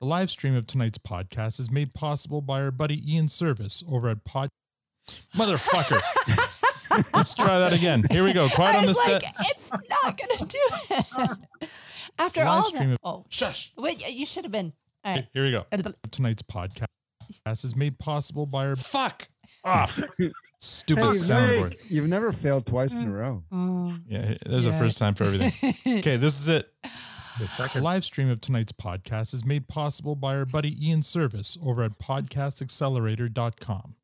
The live stream of tonight's podcast is made possible by our buddy Ian Service over at Pod. Motherfucker. Let's try that again. Here we go. Quiet I on the was like, set. it's not gonna do it. After Live all stream that, of- oh Shush. wait, y- you should have been. All right. Here we go. And the- Tonight's podcast is made possible by our fuck off stupid Hey, you've, never, soundboard. you've never failed twice in a row. Mm. Yeah, there's a Yeah. first time for everything. Okay, this is it. The The second live stream of tonight's podcast is made possible by our buddy Ian Service over at podcastaccelerator.com.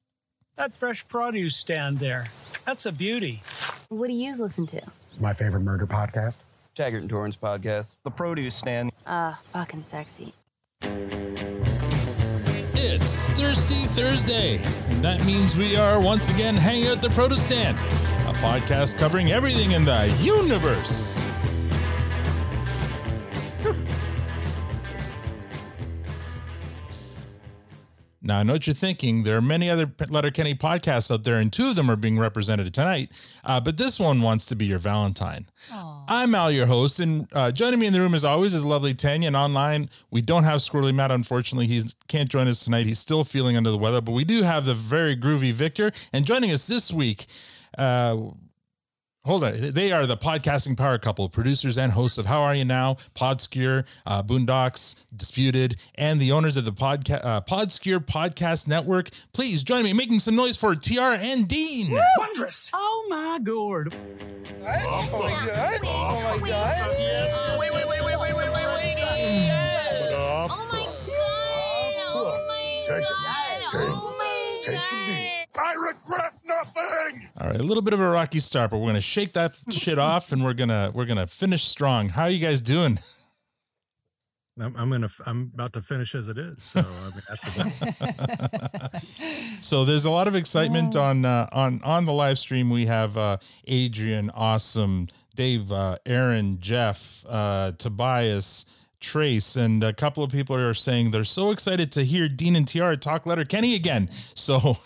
That fresh produce stand there, that's a beauty. What do you listen to? My favorite murder podcast. Taggart and Torrance podcast. the produce stand. Uh, fucking sexy. It's Thirsty Thursday, and that means we are once again hanging out at the Protestant, a podcast covering everything in the universe. Now, I know what you're thinking. There are many other P- Letterkenny podcasts out there, and two of them are being represented tonight, uh, but this one wants to be your Valentine. I'm Al, your host, and uh, joining me in the room as always is lovely Tanya. And online, we don't have Squirrely Matt. Unfortunately, he can't join us tonight. He's still feeling under the weather, but we do have the very groovy Victor. And joining us this week, uh, hold on, they are the podcasting power couple, producers and hosts of How Are You Now, Podscure, uh, Boondocks, Disputed, and the owners of the podca- uh, Podscure Podcast Network. Please join me in making some noise for TR and Dean. Wondrous. Oh my gourd. Oh my god. Wait, wait, wait, wait, wait, wait, wait, wait. Oh my god. Oh my god. Oh my god. All right, a little bit of a rocky start, but we're gonna shake that shit off, and we're gonna we're gonna finish strong. How are you guys doing? I'm, I'm gonna. f- I'm about to finish as it is. So I mean, that's the best. So there's a lot of excitement on uh, on on the live stream. We have uh, Adrian, awesome, Dave, uh, Aaron, Jeff, uh, Tobias, Trace, and a couple of people are saying they're so excited to hear Dean and Tiara talk letter Kenny again. So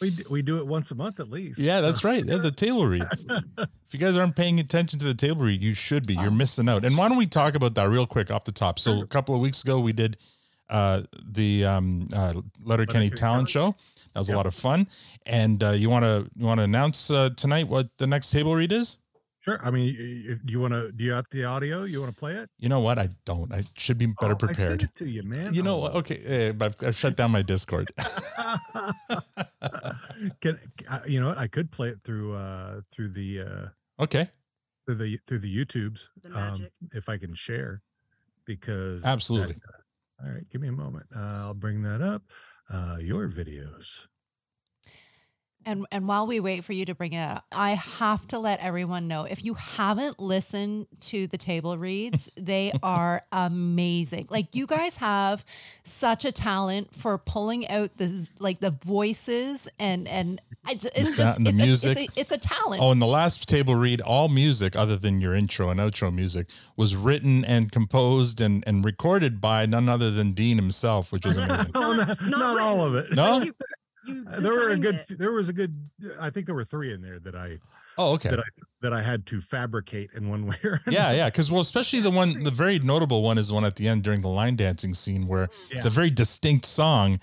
we do, we do it once a month at least. yeah, so- that's right. Yeah, the table read. If you guys aren't paying attention to the table read, you should be. You're missing out. And why don't we talk about that real quick off the top? So a couple of weeks ago, we did uh, the um, uh, Letterkenny Letterkenny Talent Talent. Show. That was a lot of fun. And uh, you want to you want to announce uh, tonight what the next table read is? sure. I mean, y- y- do you want to? Do you have the audio? You want to play it? You know what? I don't. I should be better Oh, I sent prepared. it to you, man. You know Oh, what? Okay, eh, I've, I've shut down my Discord. Can, uh, you know what? I could play it through uh through the uh okay, through the through the YouTubes The um, magic. if I can share because that- absolutely. all right, give me a moment. Uh, I'll bring that up. Uh, your videos. And and while we wait for you to bring it up, I have to let everyone know if you haven't listened to the table reads, they are amazing. Like you guys have such a talent for pulling out the z- like the voices and and I, ju- it's sound just and the it's, music. A, it's, a, it's a talent. Oh, and the last table read, all music other than your intro and outro music was written and composed and, and recorded by none other than Dean himself, which was amazing. Oh, Not- no, not not all of it. No? You, you Uh, there were a defined good it. f- there was a good i think there were three in there that i Oh, okay. Did that i had to fabricate in one way or another. Yeah, yeah. Because, well, especially the one, the very notable one is the one at the end during the line dancing scene where it's a very distinct song,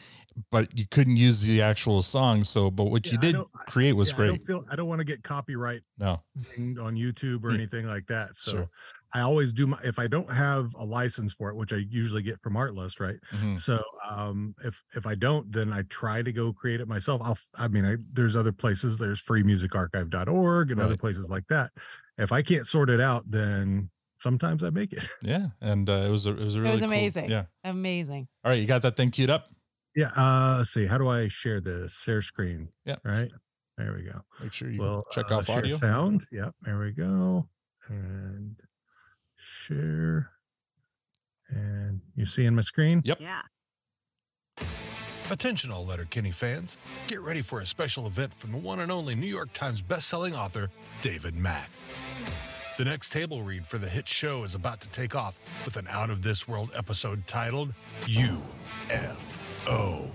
but you couldn't use the actual song. So, but what Yeah, you I did don't- I- create was Yeah, i great. don't feel i don't want to get copyright No. dinged on youtube or Hmm. anything like that so Sure. i always do my if i don't have a license for it which i usually get from artlist right Mhm. so um if if i don't then i try to go create it myself i'll f- i mean I, there's other places there's freemusicarchive.org and other Right. places like that if i can't sort it out then sometimes i make it Yeah. And uh, it was a, it was a really cool- amazing. Yeah. Amazing. All right. You got that thing queued up? Yeah. Uh, let's see. How do I share this? Share screen. Yeah. Right. There we go. Make sure you Well, check uh, off share audio. Sound. Yep. There we go. And share. And you see in my screen? Yep. Yeah. Attention, all Letterkenny fans. Get ready for a special event from the one and only New York Times bestselling author, David Mack. The next table read for the hit show is about to take off with an out of this world episode titled UFO.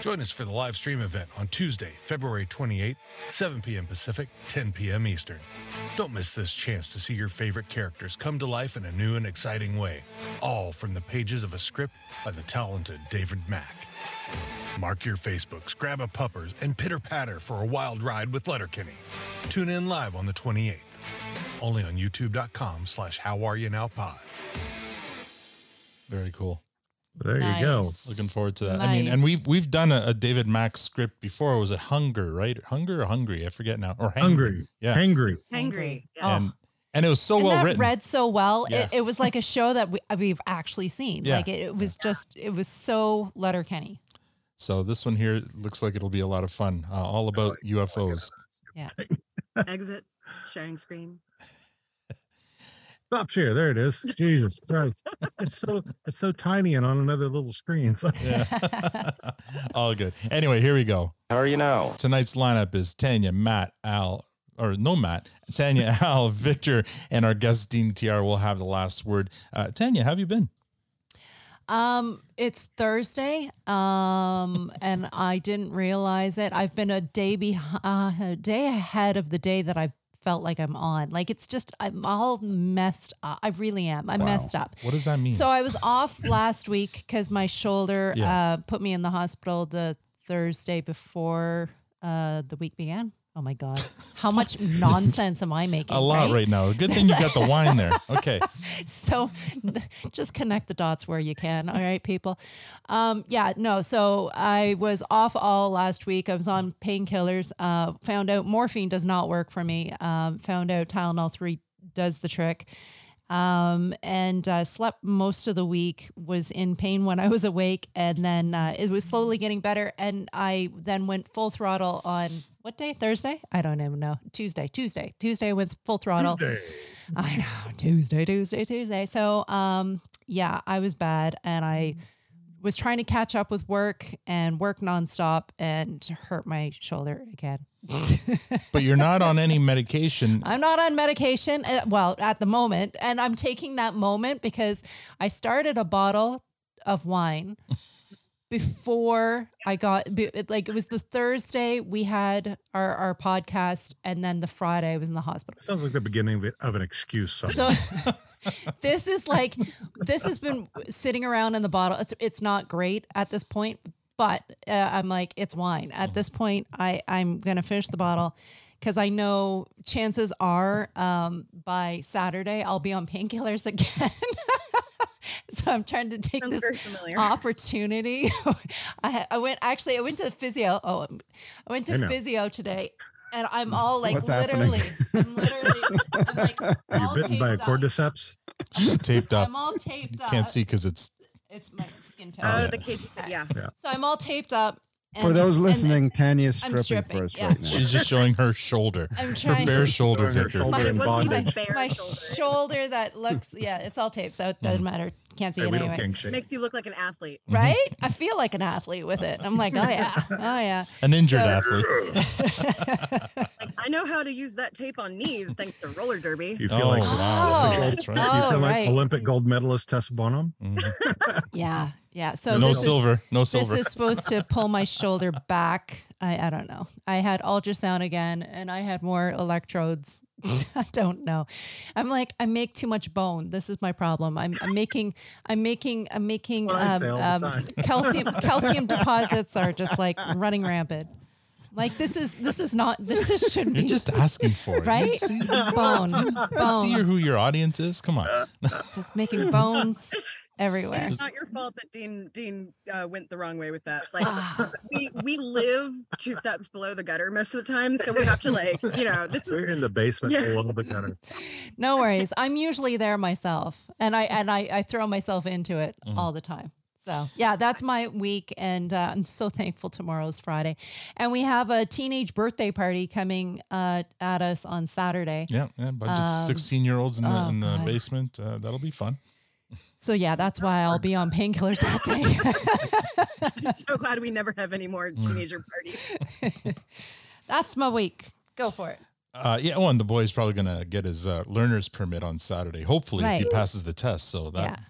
Join us for the live stream event on Tuesday, February 28th, 7 p.m. Pacific, 10 p.m. Eastern. Don't miss this chance to see your favorite characters come to life in a new and exciting way, all from the pages of a script by the talented David Mack. Mark your Facebooks, grab a puppers, and pitter patter for a wild ride with Letterkenny. Tune in live on the 28th, only on youtube.com slash how are you now pod. Very cool. There you go. Nice. Looking forward to that. I mean, and Nice. we've we've done a, a David Mack script before. Was it Hunger, right? Hunger or Hungry? I forget now. Or Hangry. Hungry. Yeah. Hangry. Hangry. And and it was so Oh. and well that written. read so well. Yeah. It, it was like a show that we, we've actually seen. Yeah. Like it, it was just, it was so Letterkenny. so this one here looks like it'll be a lot of fun. Uh, all about UFOs. Exit. Sharing screen. Stop share. There it is. Jesus Christ. It's so it's so tiny and on another little screen. It's like, Yeah. all good. Anyway, here we go. How are you now? Tonight's lineup is Tanya, Matt, Al, or no Matt, Tanya, Al, Victor, and our guest Dean TR will have the last word. Uh, Tanya, how have you been? Um, it's Thursday. Um, and I didn't realize it. I've been a day behind, uh, a day ahead of the day that I felt like I'm on. Like it's just, I'm all messed up. I really am. I'm messed up. What does that mean? So I was off last week because my shoulder uh, put me in the hospital the Thursday before uh, the week began. Oh my God. How much nonsense am I making? a lot right? now. Good thing you got the wine there. Okay. So just connect the dots where you can. All right, people. Um, yeah, no. So I was off all last week. I was on painkillers. Uh, found out morphine does not work for me. Um, found out Tylenol 3 does the trick. Um, and uh, slept most of the week, was in pain when I was awake. And then uh, it was slowly getting better. And I then went full throttle on what day? Thursday? I don't even know. Tuesday, Tuesday, Tuesday with full throttle. I know Tuesday, Tuesday, Tuesday. So, um, yeah, I was bad, and I was trying to catch up with work and work nonstop, and hurt my shoulder again. But you're not on any medication. I'm not on medication, uh, well, at the moment, and I'm taking that moment because I started a bottle of wine before I got be- it- like it was the Thursday we had our our podcast, and then the Friday I was in the hospital. sounds like the beginning of, it- of an excuse. So somewhere. this is like this has been sitting around in the bottle. It's it's not great at this point, but uh, I'm like it's wine. At this point, I I'm gonna finish the bottle because I know chances are um, by Saturday I'll be on painkillers again. so I'm trying to take Sounds this very familiar. opportunity. I, I went actually. I went to the physio. Oh, I went I to know. physio today, and I'm all like What's happening? literally. I'm literally. I'm like all You're bitten by a taped up. cordyceps. She's taped up. I'm all taped up. Can't see because it's It's my skin tone. Oh, yeah. the KT said, yeah. So I'm all taped up. For and- those and listening, Tanya's I'm stripping, stripping, for us yeah. right now. she's just showing her shoulder. I'm Her trying. bare shoulder, Showing her Victor. shoulder. Mine in wasn't even bondage. bare my shoulder. shoulder that looks. Yeah, it's all taped, so it doesn't matter. Can't see Mm-hmm. Hey, it we don't anyway. gang shame. Makes you look like an athlete. Right? I feel like an athlete with it. I'm like, oh yeah, oh yeah. An injured So- athlete. Like I know how to use that tape on knees thanks to roller derby. You feel like Oh, wow. Gold- That's right. you feel Oh, like right. Mm-hmm. Olympic gold medalist Tess Bonham. Mhm. Yeah, yeah. So no Oh. this is- silver. no silver. This is supposed to pull my shoulder back. I, I don't know. I had ultrasound again and I had more electrodes. I don't know. I'm like, I make too much bone. This is my problem. I'm, I'm making, I'm making, I'm making What I um, say all the um, time. calcium, calcium deposits are just like running rampant. Like this is, this is not, this, this shouldn't You're be just asking for it. right. See, Bone, see your, bone, who your audience is. Come on. just making bones everywhere. It's not your fault that Dean Dean uh, went the wrong way with that. Like Ah. we we live two steps below the gutter most of the time, so we have to like you know this is We're in the basement Yeah. below the gutter. No worries. I'm usually there myself, and I and I, I throw myself into it Mhm. all the time. So yeah, that's my week, and uh, I'm so thankful tomorrow's Friday, and we have a teenage birthday party coming uh, at us on Saturday. Yeah, yeah. Bunch of Um, sixteen-year-olds in the, oh, in the God. basement. Uh, that'll be fun. So yeah, that's why I'll be on painkillers that day. so glad we never have any more Mm. teenager parties. that's my week. Go for it. Uh, yeah, well, and the boy's probably gonna get his uh, learner's permit on Saturday. Hopefully, if he Right. passes the test. So that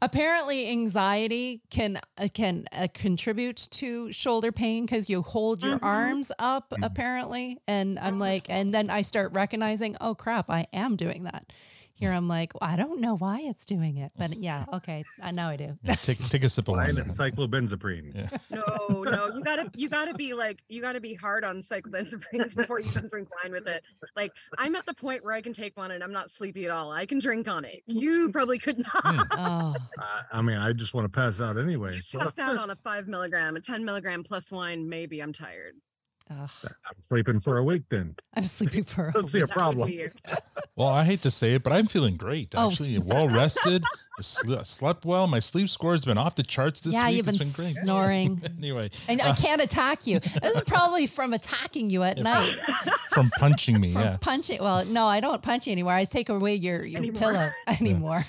Apparently, anxiety can uh, can uh, contribute to shoulder pain because you hold your Mhm. Mm-hmm. arms up. Apparently, and I'm like, and then I start recognizing, oh crap, I am doing that. Here I'm like, I don't know why it's doing it, but yeah, okay, I know I do. Yeah, take take a sip of Line wine. and cyclobenzaprine. Yeah. No, no, you gotta you gotta be like you gotta be hard on cyclobenzaprines before you can drink wine with it. Like I'm at the point where I can take one and I'm not sleepy at all. I can drink on it. You probably could not Oh, I, I mean, I just want to pass out anyway. So pass out on a five milligram, a ten milligram plus wine. Maybe I'm tired. ugh, I'm sleeping for a week then. I'm sleeping for. Don't see a That would problem. be- Well, I hate to say it, but I'm feeling great. Oh, Actually, well rested, sl- slept well. My sleep score has been off the charts this yeah, week. you've been, it's been great. snoring. Anyway, And I uh, can't attack you. This is probably from attacking you at Yeah, night. from punching me, from yeah. punching. Well, no, I don't punch you anymore. I take away your, your Anymore. pillow anymore.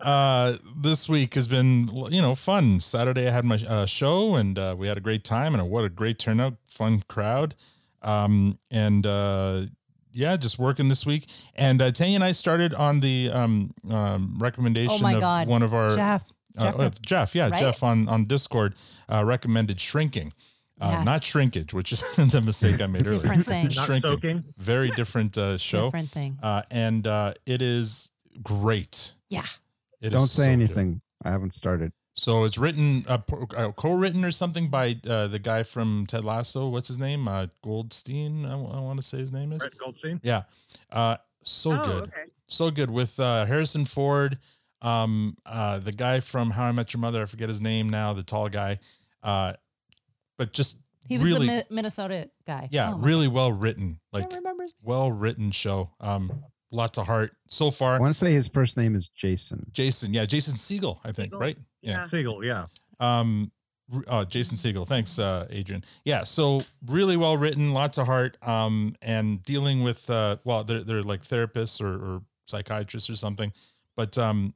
Uh, this week has been, you know, fun. Saturday I had my uh, show and uh, we had a great time and what a great turnout, fun crowd. Um, and uh, yeah, just working this week. And uh, Tanya and I started on the um, um, recommendation Oh my of God, one of our Jeff, Uh, Jeff oh, Rep- Jeff, yeah, right? Jeff on on Discord uh, recommended shrinking, uh, Yes. not shrinkage, which is the mistake I made earlier. different thing. Not Shrinking. soaking. Very different uh, show, Different thing. Uh, and uh, it is great. Yeah. It is Don't so say good. anything. I haven't started. So it's written, uh, po- uh, co-written or something by uh, the guy from Ted Lasso. What's his name? Uh, Goldstein. I want to say his name is. Brett Goldstein. Yeah. Uh, so oh, good okay. so good with uh, Harrison Ford, um, uh, the guy from How I Met Your Mother. I forget his name now. The tall guy, uh, but just He was really, the Mi- Minnesota guy. yeah, Oh my really well written, God, I like don't remember his- well written show. Um, lots of heart so I far. want to say his first name is Jason. Jason, yeah, Jason Siegel, I think, Segel, right? yeah. Siegel, yeah. Um, r- uh, Jason Siegel. Thanks, uh, Adrian. Yeah. So really well written, lots of heart. Um, and dealing with uh, well, they're they're like therapists or, or psychiatrists or something, but um,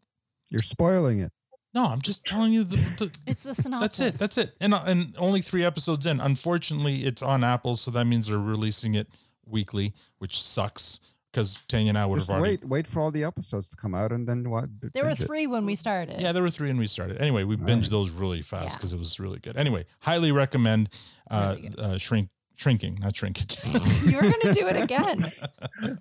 You're spoiling it. no, I'm just telling you the, the It's the synopsis. That's it. That's it. And uh, and only three episodes in. Unfortunately, it's on Apple, so that means they're releasing it weekly, which sucks because Tanya and I would Just have already. wait, wait for all the episodes to come out, and then what? There were binge it. three when we started. Yeah, there were three, and we started. Anyway, we All binged right. those really fast Yeah. because it was really good. Anyway, highly recommend uh, Really uh shrink shrinking, not shrinkage. You're gonna do it again.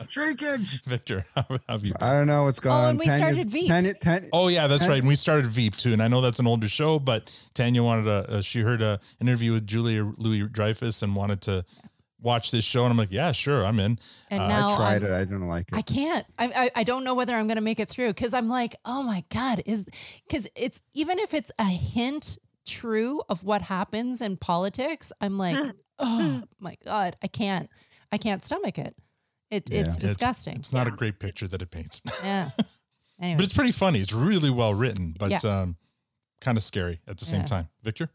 Shrinkage. Victor, how how have you? I don't know what's going Oh, on. and we Tanya's- started Veep. Tanya, Tanya, Oh yeah, that's Tanya- right. And we started Veep too, and I know that's an older show, but Tanya wanted a, uh she heard a interview with Julia Louis Dreyfus and wanted to watch this show, and I'm like, yeah, sure, I'm in. And Uh, I now I tried Oh, I'm- it. I don't like I it. can't. I, I I don't know whether I'm going to make it through because I'm like, oh my god, is because it's even if it's a hint true of what happens in politics, I'm like, oh my god, I can't, I can't stomach it. It Yeah. it's It's- disgusting. It's not a great picture that it paints. yeah. Anyway, but it's pretty funny. It's really well written, but um, kind of scary at the same Yeah. time. Victor,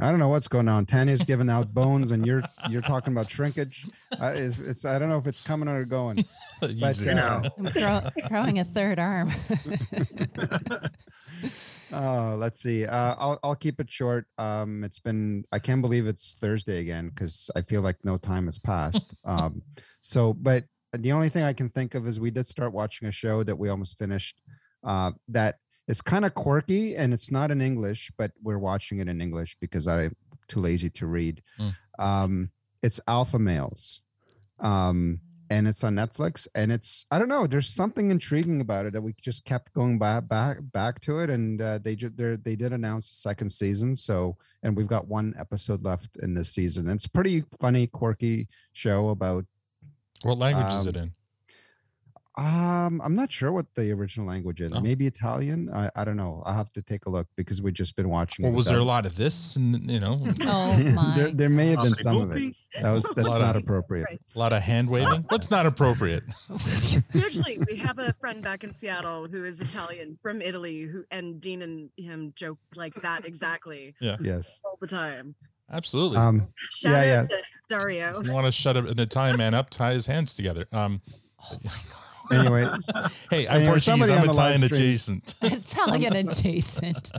I don't know what's going on. Tanya's giving out bones, and you're you're talking about shrinkage. I, it's, it's I don't know if it's coming or going. But, Easy. uh, I'm throw, throwing a third arm. Oh, let's see. Uh, I'll I'll keep it short. Um, it's been I can't believe it's Thursday again because I feel like no time has passed. um, so but the only thing I can think of is we did start watching a show that we almost finished. Uh, that is kind of quirky and it's not in English, but we're watching it in English because I'm too lazy to read. Mm. Um, it's Alpha Males. Um, and it's on Netflix. And it's I don't know. There's something intriguing about it that we just kept going back back back to it. And uh, they just they did announce the second season. So and we've got one episode left in this season. It's a pretty funny, quirky show about. what language is um, it in? Um, I'm not sure what the original language is. Oh. Maybe Italian. I, I don't know. I'll have to take a look because we've just been watching. Or it was there a without- lot of this? And you know, oh my. There, there may have been Poppy some of it. Poopy. That was that's Lot of- not appropriate. Right. a lot of hand waving. What's not appropriate? Actually, we have a friend back in Seattle who is Italian from Italy, who and Dean and him joke like that exactly Yes. all the time. Absolutely. Um. Shout Yeah, out to Dario. Oh. If you want to shut up an Italian man up, tie his hands together. Um, Anyway, hey, I'm Anyway, Portuguese. somebody on I'm the live Italian stream- adjacent. Italian adjacent.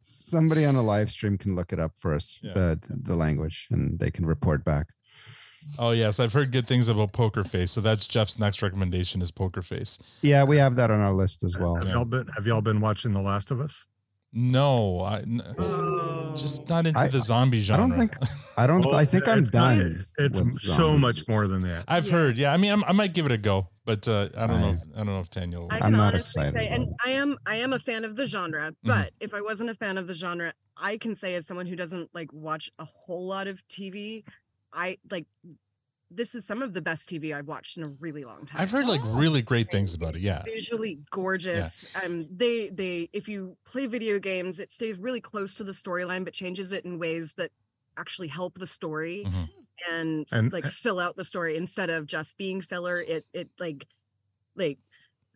somebody on the live stream can look it up for us Yeah. the the language and they can report back Oh yes, I've heard good things about Poker Face. So that's Jeff's next recommendation is Poker Face. Yeah, we have that on our list as well. Have Yeah. y'all been Have y'all been watching The Last of Us? No, I n- just not into I- the zombie I genre. don't think I don't I think I'm It's- done. It's with so zombies. much more than that. I've Yeah. heard. Yeah, I mean, I'm, I might give it a go, but uh, I don't know. I- If, I don't know if Tanya. Will. I I'm can not honestly excited say, and about I am I am a fan of the genre, Mm-hmm. but if I wasn't a fan of the genre, I can say as someone who doesn't like watch a whole lot of TV, I like this is some of the best TV I've watched in a really long time. I've heard like really great things about it. Yeah, visually gorgeous. Um, they they if you play video games, it stays really close to the storyline, but changes it in ways that actually help the story Mhm. and, And- like fill out the story instead of just being filler. It it like like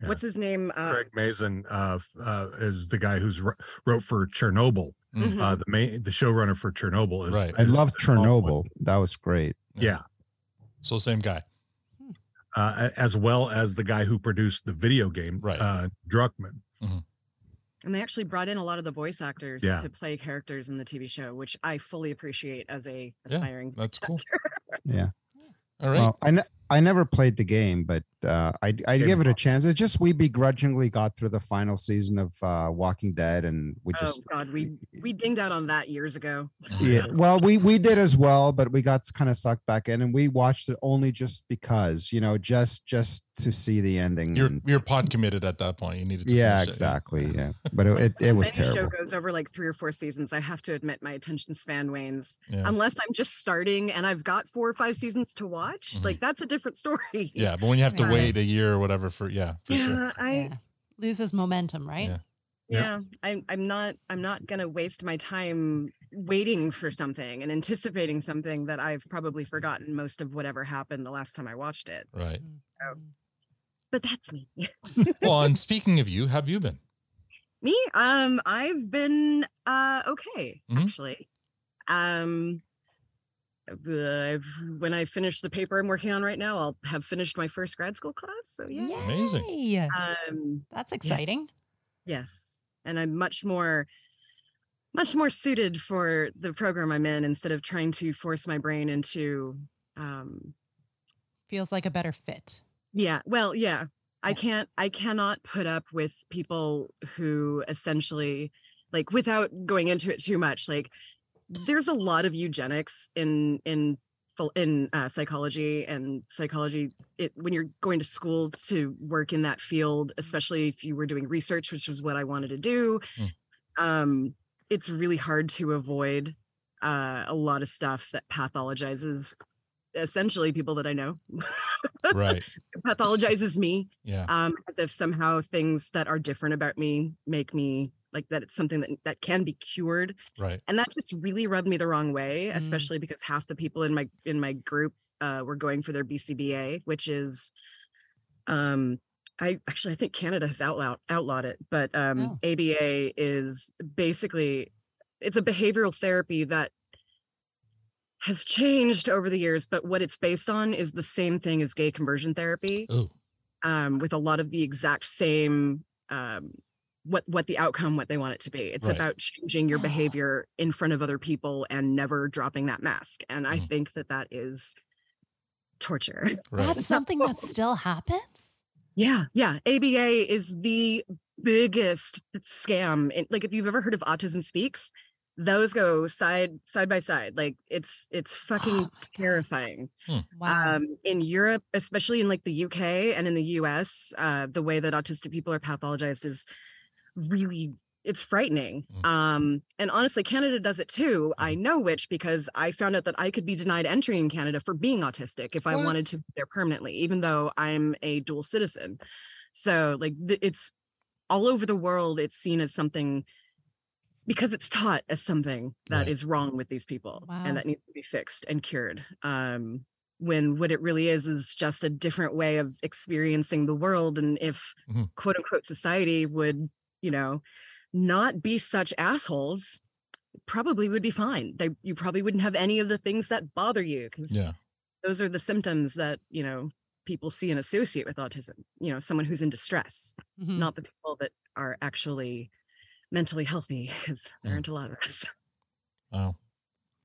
Yeah. what's his name? Uh, Craig Mazin uh, f- uh, is the guy who's wr- wrote for Chernobyl. mhm. Uh, the main, the showrunner for Chernobyl is. Right. I is love the top one. Chernobyl. That was great. Yeah, so same guy. uh, a- as well as the guy who produced the video game, Right. uh, Druckman. And they actually brought in a lot of the voice actors Yeah. to play characters in the TV show, which I fully appreciate as a Yeah, aspiring. That's cool. Yeah. All right. Well, I ne- I never played the game, but uh, I I Game gave it a Watch. chance. It's just we begrudgingly got through the final season of uh, Walking Dead, and we oh just God, we we dinged out on that years ago. yeah. Well, we we did as well, but we got kind of sucked back in, and we watched it only just because you know just just to see the ending. you're and- you're pod committed at that point. You needed to. mm. yeah, finish it, exactly. Yeah, but it it, it was Any show terrible. goes over like three or four seasons. I have to admit my attention span wanes. Yeah. Unless I'm just starting and I've got four or five seasons to watch, Mhm. like that's a different story. Yeah, but when you have to Yeah. wait a year or whatever for yeah, for yeah. sure. I Yeah. Loses momentum, right? Yeah. Yeah. yeah, I'm I'm not I'm not gonna waste my time waiting for something and anticipating something that I've probably forgotten most of whatever happened the last time I watched it. Right. But that's me. Well, and speaking of you, how have you been? Me? Um, I've been uh okay, Mhm. actually. Um the- I've when I finish the paper I'm working on right now, I'll have finished my first grad school class. So yeah. Amazing. Yay. Um That's exciting. yes. And I'm much more much more suited for the program I'm in instead of trying to force my brain into um Feels like a better fit. Yeah. Well, yeah. I can't, I cannot put up with people who essentially, like, without going into it too much, like, there's a lot of eugenics in, in, phil- in uh, psychology and psychology it, when you're going to school to work in that field especially if you were doing research which was what i wanted to do um it's really hard to avoid uh, a lot of stuff that pathologizes essentially people that i know Right. pathologizes me Yeah. um, as if somehow things that are different about me make me like that it's something that, that can be cured Right. and that just really rubbed me the wrong way Mm. especially because half the people in my in my group uh, were going for their bcba which is um i actually i think canada has outlawed outlawed it but um Oh. aba is basically it's a behavioral therapy that has changed over the years but what it's based on is the same thing as gay conversion therapy Ooh. um, with a lot of the exact same um, what what the outcome what they want it to be it's Right. about changing your Ah. behavior in front of other people and never dropping that mask and i Mm. think that that is torture Right. That's something that still happens. yeah yeah aba is the biggest scam in, like if you've ever heard of autism speaks those go side side by side like it's it's fucking Oh my God. terrifying Wow. um, in Europe, especially in like the UK and in the US, uh, the way that autistic people are pathologized is really it's frightening. Mm. Mm-hmm. Um, and honestly, Canada does it too. I know which because I found out that I could be denied entry in Canada for being autistic if I What? wanted to be there permanently, even though I'm a dual citizen. So like th- it's all over the world. It's seen as something because it's taught as something that is Right. wrong with these people Wow. and that needs to be fixed and cured. Um, when what it really is is just a different way of experiencing the world. And if Mhm. quote unquote society would, you know, not be such assholes, probably would be fine. They, you probably wouldn't have any of the things that bother you because Yeah. those are the symptoms that, you know, people see and associate with autism, you know, someone who's in distress Mm. Mhm. not the people that are actually mentally healthy because there Mm. aren't a lot of us Wow.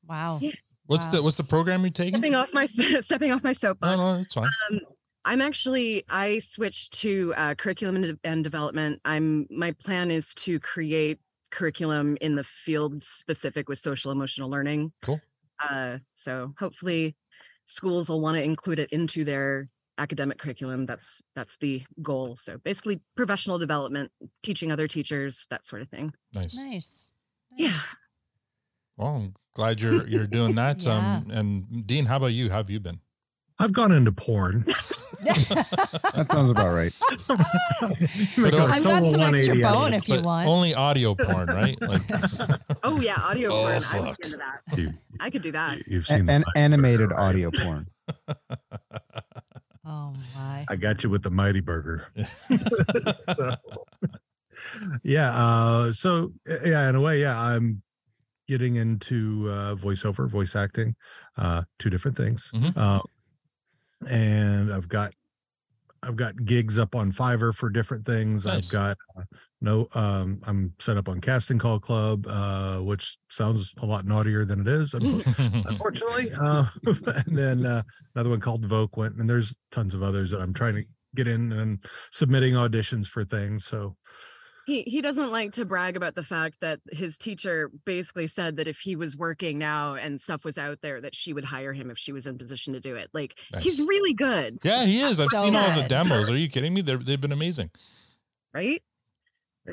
Wow. Yeah. What's the what's the program you're taking? stepping off my stepping off my no, soapbox. no, it's fine. Um, I'm actually I switched to uh, curriculum and, de- and development. I'm my plan is to create curriculum in the field specific with social emotional learning. Cool. Uh, so hopefully, schools will want to include it into their academic curriculum. That's that's the goal. So basically, professional development, teaching other teachers, that sort of thing. Nice. Nice. Yeah. Well, I'm glad you're you're doing that. Yeah. Um, and Dean, how about you? How have you been? I've gone into porn. That sounds about right. Make a I've I've got total some extra 180 out of bone it. if you But want. Only audio porn, right? Like, Oh yeah, audio Oh, form. I fuck. would be into that. You- I could do that. you- You've And, seen the and Mighty animated Burger, right? audio porn. oh my. I got you with the Mighty Burger. So, yeah. Uh, so uh, yeah, in a way, yeah, I'm getting into uh, voiceover, voice acting, uh, two different things, Mhm. uh, and I've got I've got gigs up on Fiverr for different things. Nice. I've got uh, no, um, I'm set up on Casting Call Club, uh, which sounds a lot naughtier than it is. I'm- unfortunately. Uh, and then uh, another one called Voquent, and there's tons of others that I'm trying to get in and submitting auditions for things. So He he doesn't like to brag about the fact that his teacher basically said that if he was working now and stuff was out there, that she would hire him if she was in position to do it. Like he's Nice. really good, yeah, he is. I've So seen all the good. demos. Are you kidding me? They're, they've been amazing. right?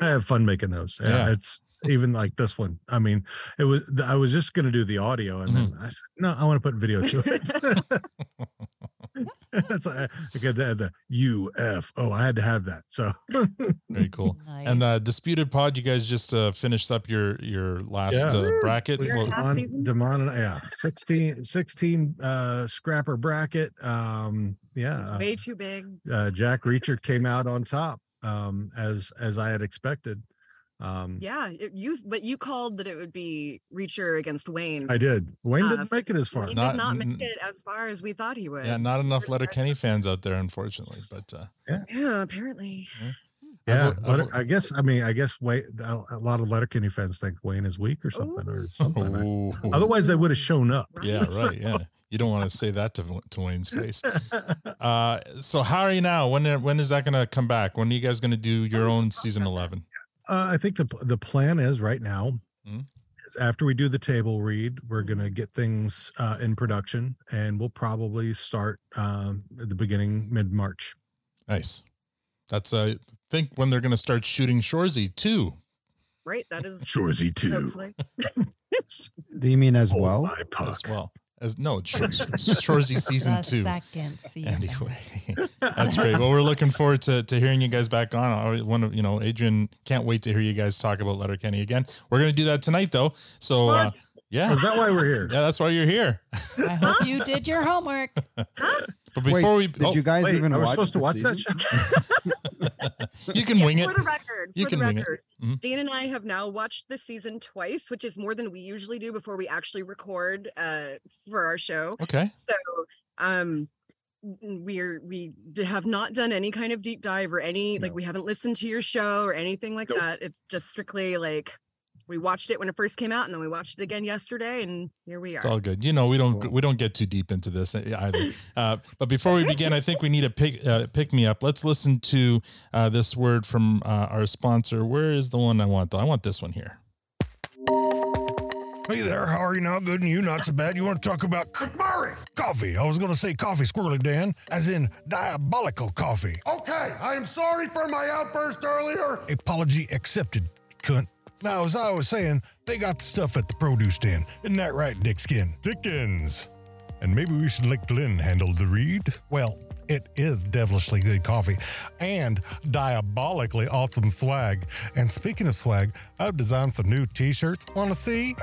I have fun making those. Yeah, Yeah. it's even like this one. I mean, it was I was just gonna do the audio, and then I said, no, I want to put video to it. That's I, I got to add the UFO. I had to have that. So Very cool. Nice. And uh, disputed pod, you guys just uh, finished up your your last Yeah. uh, bracket. You're Well, half Demon- season? Demon- yeah, 16, 16 uh, scrapper bracket. Um, yeah, He's Uh-huh. uh, way too big. Hmm. uh, Jack Reacher came out on top um, as as I had expected. Um, Yeah, it- you but you called that it would be Reacher against Wayne. I did. Wayne Uh, didn't make it as far. He Not- did not n- make it as far as we thought he would. yeah, Yeah, not enough Letter Kenny fans out there, unfortunately. But uh, apparently. yeah, I've- Letter- I've- I guess. I mean, I guess Wayne. A a lot of Letterkenny fans think Wayne is weak or something, Oh. or something. Ooh. Otherwise, they would have shown up. Right? yeah, right. Yeah, you don't want to say that to, to Wayne's face. Uh, so how are you now? When when is that gonna come back? When are you guys gonna do your own season eleven? Uh, I think the p- the plan is right now Mhm. is after we do the table read, Hmm. we're gonna get things uh, in production, and we'll probably start um, at the beginning mid March. Nice. That's uh, I think when they're gonna start shooting Shorzy too. Right. That is Shorzy hopefully. Do you mean Oh, as Oh well? as well as no it's Shor- Shorzy season the two. second season. Anyway, that's great. Well, we're looking forward to, to hearing you guys back on. I want to, you know, Adrian can't wait to hear you guys talk about Letterkenny again. We're gonna do that tonight though. So uh, What? yeah, Is that why we're here? yeah, that's why you're here. I hope you did your homework. But Wait, before we, did oh, you you, guys Wait, even are we watch supposed to the watch season? that show? can wing it. for the record, You for the can wing it. record, Mhm. Dean and I have now watched the season twice, which is more than we usually do before we actually record uh, for our show. Okay. So, um, n- we're we d- have not done any kind of deep dive or any like No. we haven't listened to your show or anything like Nope. that. It's just strictly like we watched it when it first came out, and then we watched it again yesterday, and here we It's are. all good. You know, we don't Cool. we don't get too deep into this either. Uh, but before we begin, I think we need a pick uh, pick me up. Let's listen to uh, this word from uh, our sponsor. Where is the one I want though? I want this one here. Hey there, how are you now? Good and you, not so bad. You want to talk about Good morning. coffee? I was going to say coffee, Squirrely Dan, as in diabolical coffee. Okay, I am sorry for my outburst earlier. Apology accepted, cunt. Now, as I was saying, they got the stuff at the produce stand. Isn't that right, Dickskin? Dickens. And maybe we should let Glenn handle the read. Well, it is devilishly good coffee and diabolically awesome swag. And speaking of swag, I've designed some new t shirts. Want to see?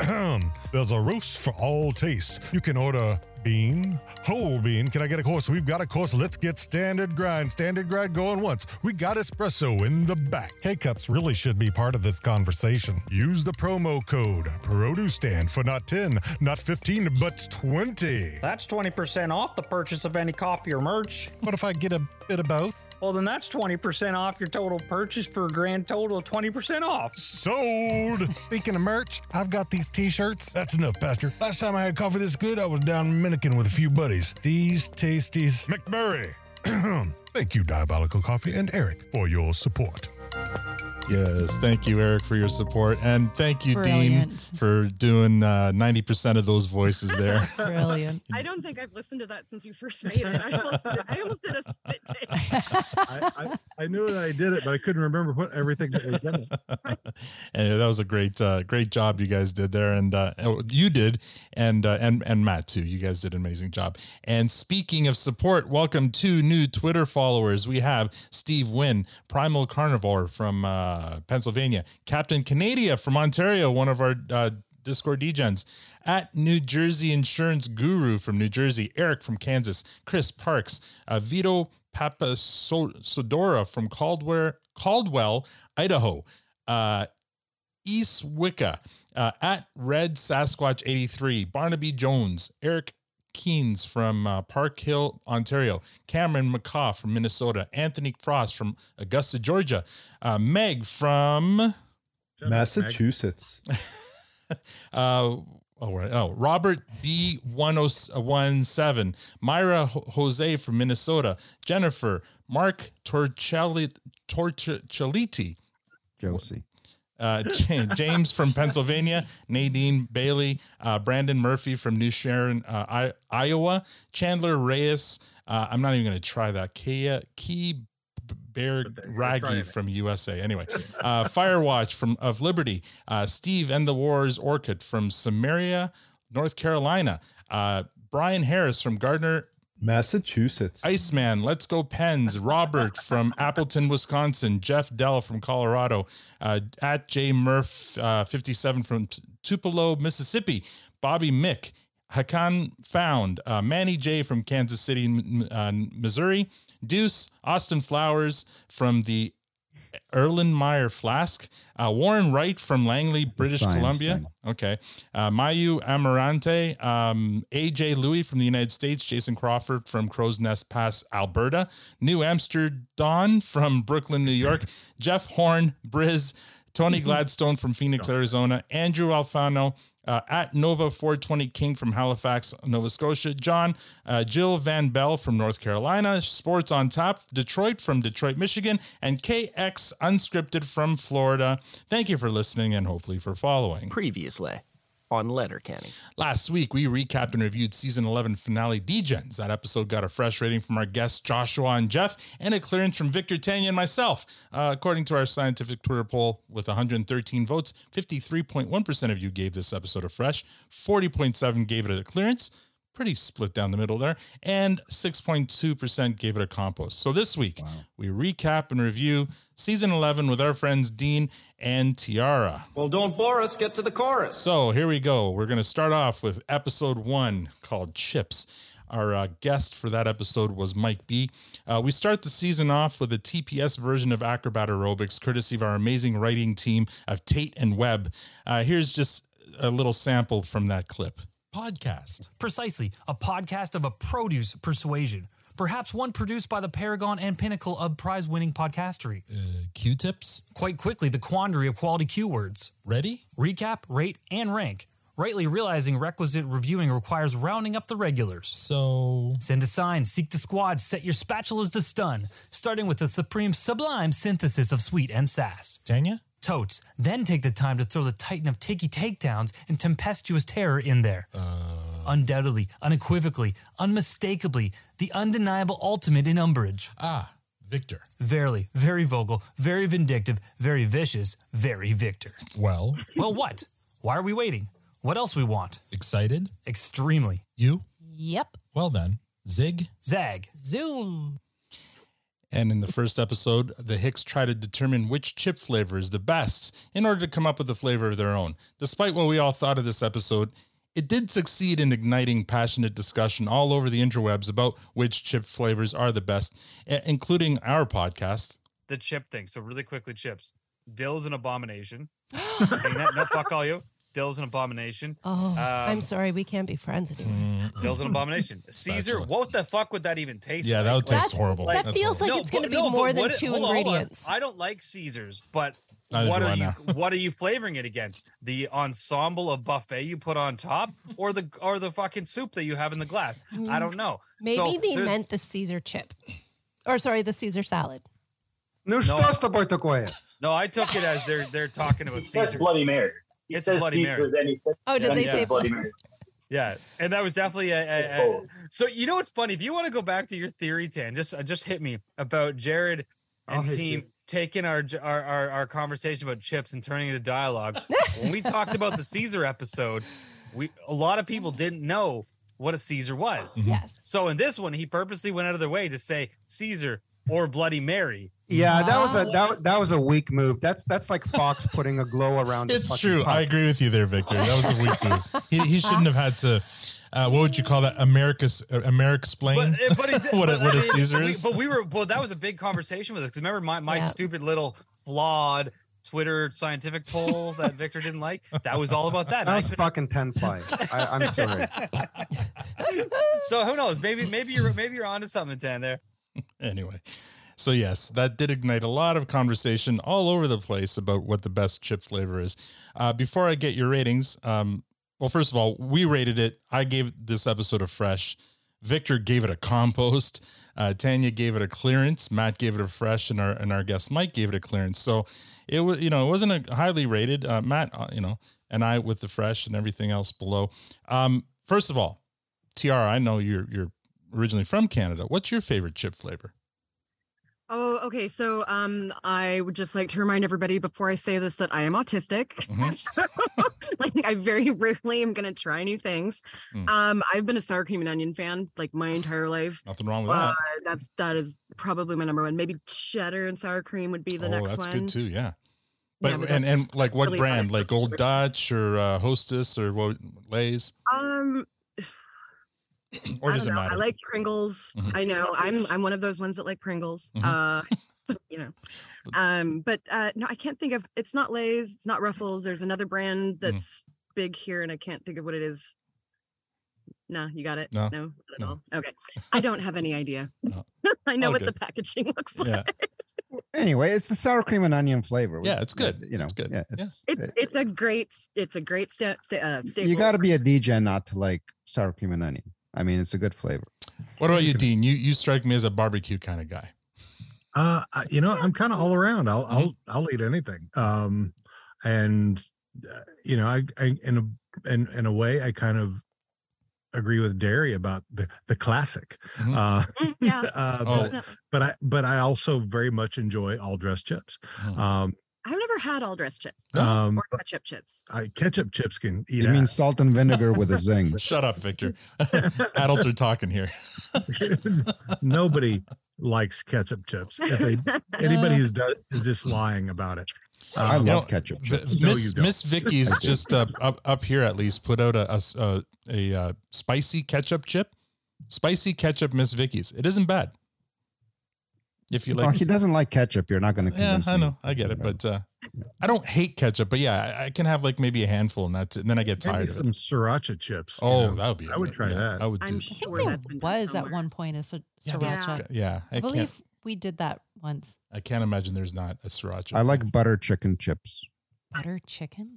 There's a roast for all tastes. You can order bean, whole bean. Can I get a course? We've got a course. Let's get standard grind. Standard grind going once. We got espresso in the back. K cups really should be part of this conversation. Use the promo code produce stand for not 10, not 15, but 20. That's 20% off the purchase of any coffee or merch. What if I get a bit of both. Well, then that's 20% off your total purchase for a grand total of 20% off. Sold. Speaking of merch, I've got these t-shirts. That's enough, Pastor. Last time I had coffee this good, I was down in Minnikin with a few buddies. These tasties. McMurray. Thank you, Diabolical Coffee and Eric, for your support. Yes, thank you, Eric, for your support, and thank you, Brilliant. Dean, for doing uh, ninety percent of those voices there. Brilliant. I don't think I've listened to that since you first made it. I almost did, I almost did a spit take. I, I, I knew that I did it, but I couldn't remember what everything that was in it. and that was a great, uh, great job you guys did there, and uh, oh, you did, and uh, and and Matt too. You guys did an amazing job. And speaking of support, welcome to new Twitter followers. We have Steve Wynn, Primal Carnivore from uh, Pennsylvania, Captain Canadia from Ontario, one of our uh, Discord degens, at New Jersey Insurance Guru from New Jersey, Eric from Kansas, Chris Parks, uh, Vito Papasodora from Caldwell, Caldwell, Idaho, uh, East Wicca, uh, at Red Sasquatch 83, Barnaby Jones, Eric Keynes from uh, Park Hill, Ontario, Cameron McCaw from Minnesota, Anthony Frost from Augusta, Georgia, uh, Meg from Massachusetts. uh, oh, right. oh, Robert B one oh one seven, Myra Ho- Jose from Minnesota, Jennifer, Mark Torcelli, Torceliti, Josie. uh, Ja- James from Pennsylvania, Nadine Bailey, uh, Brandon Murphy from New Sharon, uh, I- Iowa, Chandler Reyes. Uh, I'm not even going to try that. Kia Key Bear Raggy from USA. Anyway, uh, Firewatch from of Liberty, uh, Steve and the Wars Orchid from Samaria, North Carolina, uh, Brian Harris from Gardner, Massachusetts. Iceman, Let's Go Pens, Robert from Appleton, Wisconsin, Jeff Dell from Colorado, uh, at J Murph uh, 57 from T- Tupelo, Mississippi, Bobby Mick, Hakan Found, uh, Manny J from Kansas City, M- M- uh, Missouri, Deuce, Austin Flowers from the Erlenmeyer Flask, uh, Warren Wright from Langley, British science Columbia. thing. Okay. Uh, Mayu Amarante, um, AJ Louis from the United States, Jason Crawford from Crow's Nest Pass, Alberta, New Amsterdam from Brooklyn, New York, Jeff Horn, Briz, Tony Gladstone from Phoenix, Arizona, Andrew Alfano. Uh, at Nova 420 King from Halifax, Nova Scotia, John, uh, Jill Van Bell from North Carolina, Sports on Top, Detroit from Detroit, Michigan, and KX Unscripted from Florida. Thank you for listening and hopefully for following. Previously on Letterkenny. Last week, we recapped and reviewed season 11 finale Degens. That episode got a fresh rating from our guests Joshua and Jeff, and a clearance from Victor Tanya and myself. Uh, according to our scientific Twitter poll, with 113 votes, 53.1% of you gave this episode a fresh, 40.7 gave it a clearance. Pretty split down the middle there, and 6.2% gave it a compost. So this week, we recap and review season 11 with our friends Dean and Tiara. Well, don't bore us. Get to the chorus. So here we go. We're going to start off with episode one called Chips. Our uh, guest for that episode was Mike B. Uh, we start the season off with a TPS version of acrobat aerobics, courtesy of our amazing writing team of Tate and Webb. Uh, here's just a little sample from that clip. Podcast. Precisely, a podcast of a produce persuasion. Perhaps one produced by the paragon and pinnacle of prize winning podcastery. Q tips? Quite quickly, the quandary of quality Q words. Ready? Recap, rate, and rank. Rightly realizing requisite reviewing requires rounding up the regulars. So. Send a sign, seek the squad, set your spatulas to stun, starting with the supreme sublime synthesis of sweet and sass. Tanya? Totes, then take the time to throw the titan of takey takedowns and tempestuous terror in there. Undoubtedly, unequivocally, unmistakably, the undeniable ultimate in umbrage. Ah, Victor. Verily, very vocal, very vindictive, very vicious, very Victor. Well, Well, what? Why are we waiting? What else we want? Excited? Extremely. You? Yep. Well, then, zig? Zag. Zoom. And in the first episode, the Hicks try to determine which chip flavor is the best in order to come up with a flavor of their own. Despite what we all thought of this episode, it did succeed in igniting passionate discussion all over the interwebs about which chip flavors are the best, i- including our podcast. the chip thing. So really quickly, chips. Dill's an abomination. Saying that, no, fuck all you. Dill's an abomination. Oh, Um, I'm sorry. We can't be friends anymore. Mm. Dill's an abomination. Caesar, what the fuck would that even taste? Yeah, like? that would taste That's- horrible. that That's feels horrible. like it's but- going to be no, but more than what- two hold on, hold on. ingredients. I don't like Caesars, but Neither what do I are you now. what are you flavoring it against? The ensemble of buffet you put on top, or the or the fucking soup that you have in the glass? I don't know. Maybe So they there's- meant the Caesar chip, or sorry, the Caesar salad. No, что с тобой такое? No, I took it as they're they're talking about says Caesar. Bloody Mary. He It's says Bloody Mary. Caesar, then he says- Oh, did then they he says say Bloody Bloody Mary? Yeah, and that was definitely a, a- a- So you know what's funny? If you want to go back to your theory, Tan, just uh, just hit me about Jared I'll and hit team you. taking our, j- our our our conversation about chips and turning it into dialogue. when we talked about the Caesar episode, we a lot of people didn't know what a Caesar was. Yes. So in this one, he purposely went out of their way to say Caesar or Bloody Mary. Yeah, that was a that, that was a weak move. That's that's like Fox putting a glow around. his It's fucking true. puck. I agree with you there, Victor. That was a weak move. He, he shouldn't have had to. Uh, what would you call that? America's uh, America explain But, eh, but it, what, a, but what I a mean, Caesar we- is. But we were, well, that was a big conversation with us. Because remember my, my Yeah. stupid little flawed Twitter scientific poll that Victor didn't like? That was all about that. That And I was couldn't- fucking ten ply. I, I'm sorry. so who knows? Maybe, maybe you're, maybe you're onto something, Dan, there. anyway, so yes, that did ignite a lot of conversation all over the place about what the best chip flavor is. Uh, before I get your ratings, um, well, first of all, we rated it. I gave this episode a fresh. Victor gave it a compost. Uh, Tanya gave it a clearance. Matt gave it a fresh, and our and our guest Mike gave it a clearance. So it was you know it wasn't a highly rated. Uh, Matt, uh, you know, and I with the fresh and everything else below. Um, first of all, Tiara, I know you're you're originally from Canada. What's your favorite chip flavor? Oh, okay. So um I would just like to remind everybody before I say this that I am autistic. Mhm. so like I very rarely am gonna try new things. Mm. Um I've been a sour cream and onion fan like my entire life. Nothing wrong with Uh, that. that's that is probably my number one. Maybe cheddar and sour cream would be the oh, next that's one. good too. Yeah. But, Yeah, but and, and that's like what really brand? hard. Like Old Dutch or uh, Hostess or what Lay's? Um Or I does it don't know. matter? I like Pringles. Mhm. I know. I'm I'm one of those ones that like Pringles. Mhm. Uh so, you know. Um but uh no, I can't think of it's not Lay's, it's not Ruffles. There's another brand Mm-hmm. that's big here and I can't think of what it is. No, you got it? No, No, not at no. all. Okay. I don't have any idea. No. I know All what the good. packaging looks like. yeah. Anyway, it's the sour cream and onion flavor. uh, Yeah, it's good. You know, It's good. Yeah, Yeah. it's, It's it's a great it's a great sta- sta- uh, staple. you got to be a DJ not to like sour cream and onion. I mean, it's a good flavor. What about you, Dean? You you strike me as a barbecue kind of guy. Uh, I- you know, I'm kind of all around. I'll I'll I'll eat anything. Um, and uh, you know, I, I in a in in a way, I kind of agree with Derry about the the classic. Mhm. Uh, Mm, yeah. uh, Oh. but, but I but I also very much enjoy all dressed chips. Um, I've never had all dressed chips Um, or ketchup chips. I ketchup chips can eat. You mean ass. salt and vinegar with a zing? Shut up, Victor. Adults are talking here. Nobody likes ketchup chips. If they- anybody who's do, is just lying about it. I Um, uh, know, love ketchup. V- chips. No, Miss you don't. Miss Vicky's just uh, up up here at least put out a a, s- a- a, uh, spicy ketchup chip, spicy ketchup Miss Vicky's. It isn't bad. If you oh, like, he doesn't like ketchup. You're not going to yeah, convince I me. know, I get it, but uh, I don't hate ketchup. But yeah, I, I can have like maybe a handful, and that's it. And then I get Maybe tired of some it. sriracha chips. you Oh, know. that would be. I would amazing. try Yeah, that. I would. I'm do sure that. I think that's there been done was at somewhere. one point a sir- Yeah, but it's- sriracha. yeah, I, I can't. believe we did that once. I can't imagine there's not a sriracha. I like butter chicken chips. Butter chicken?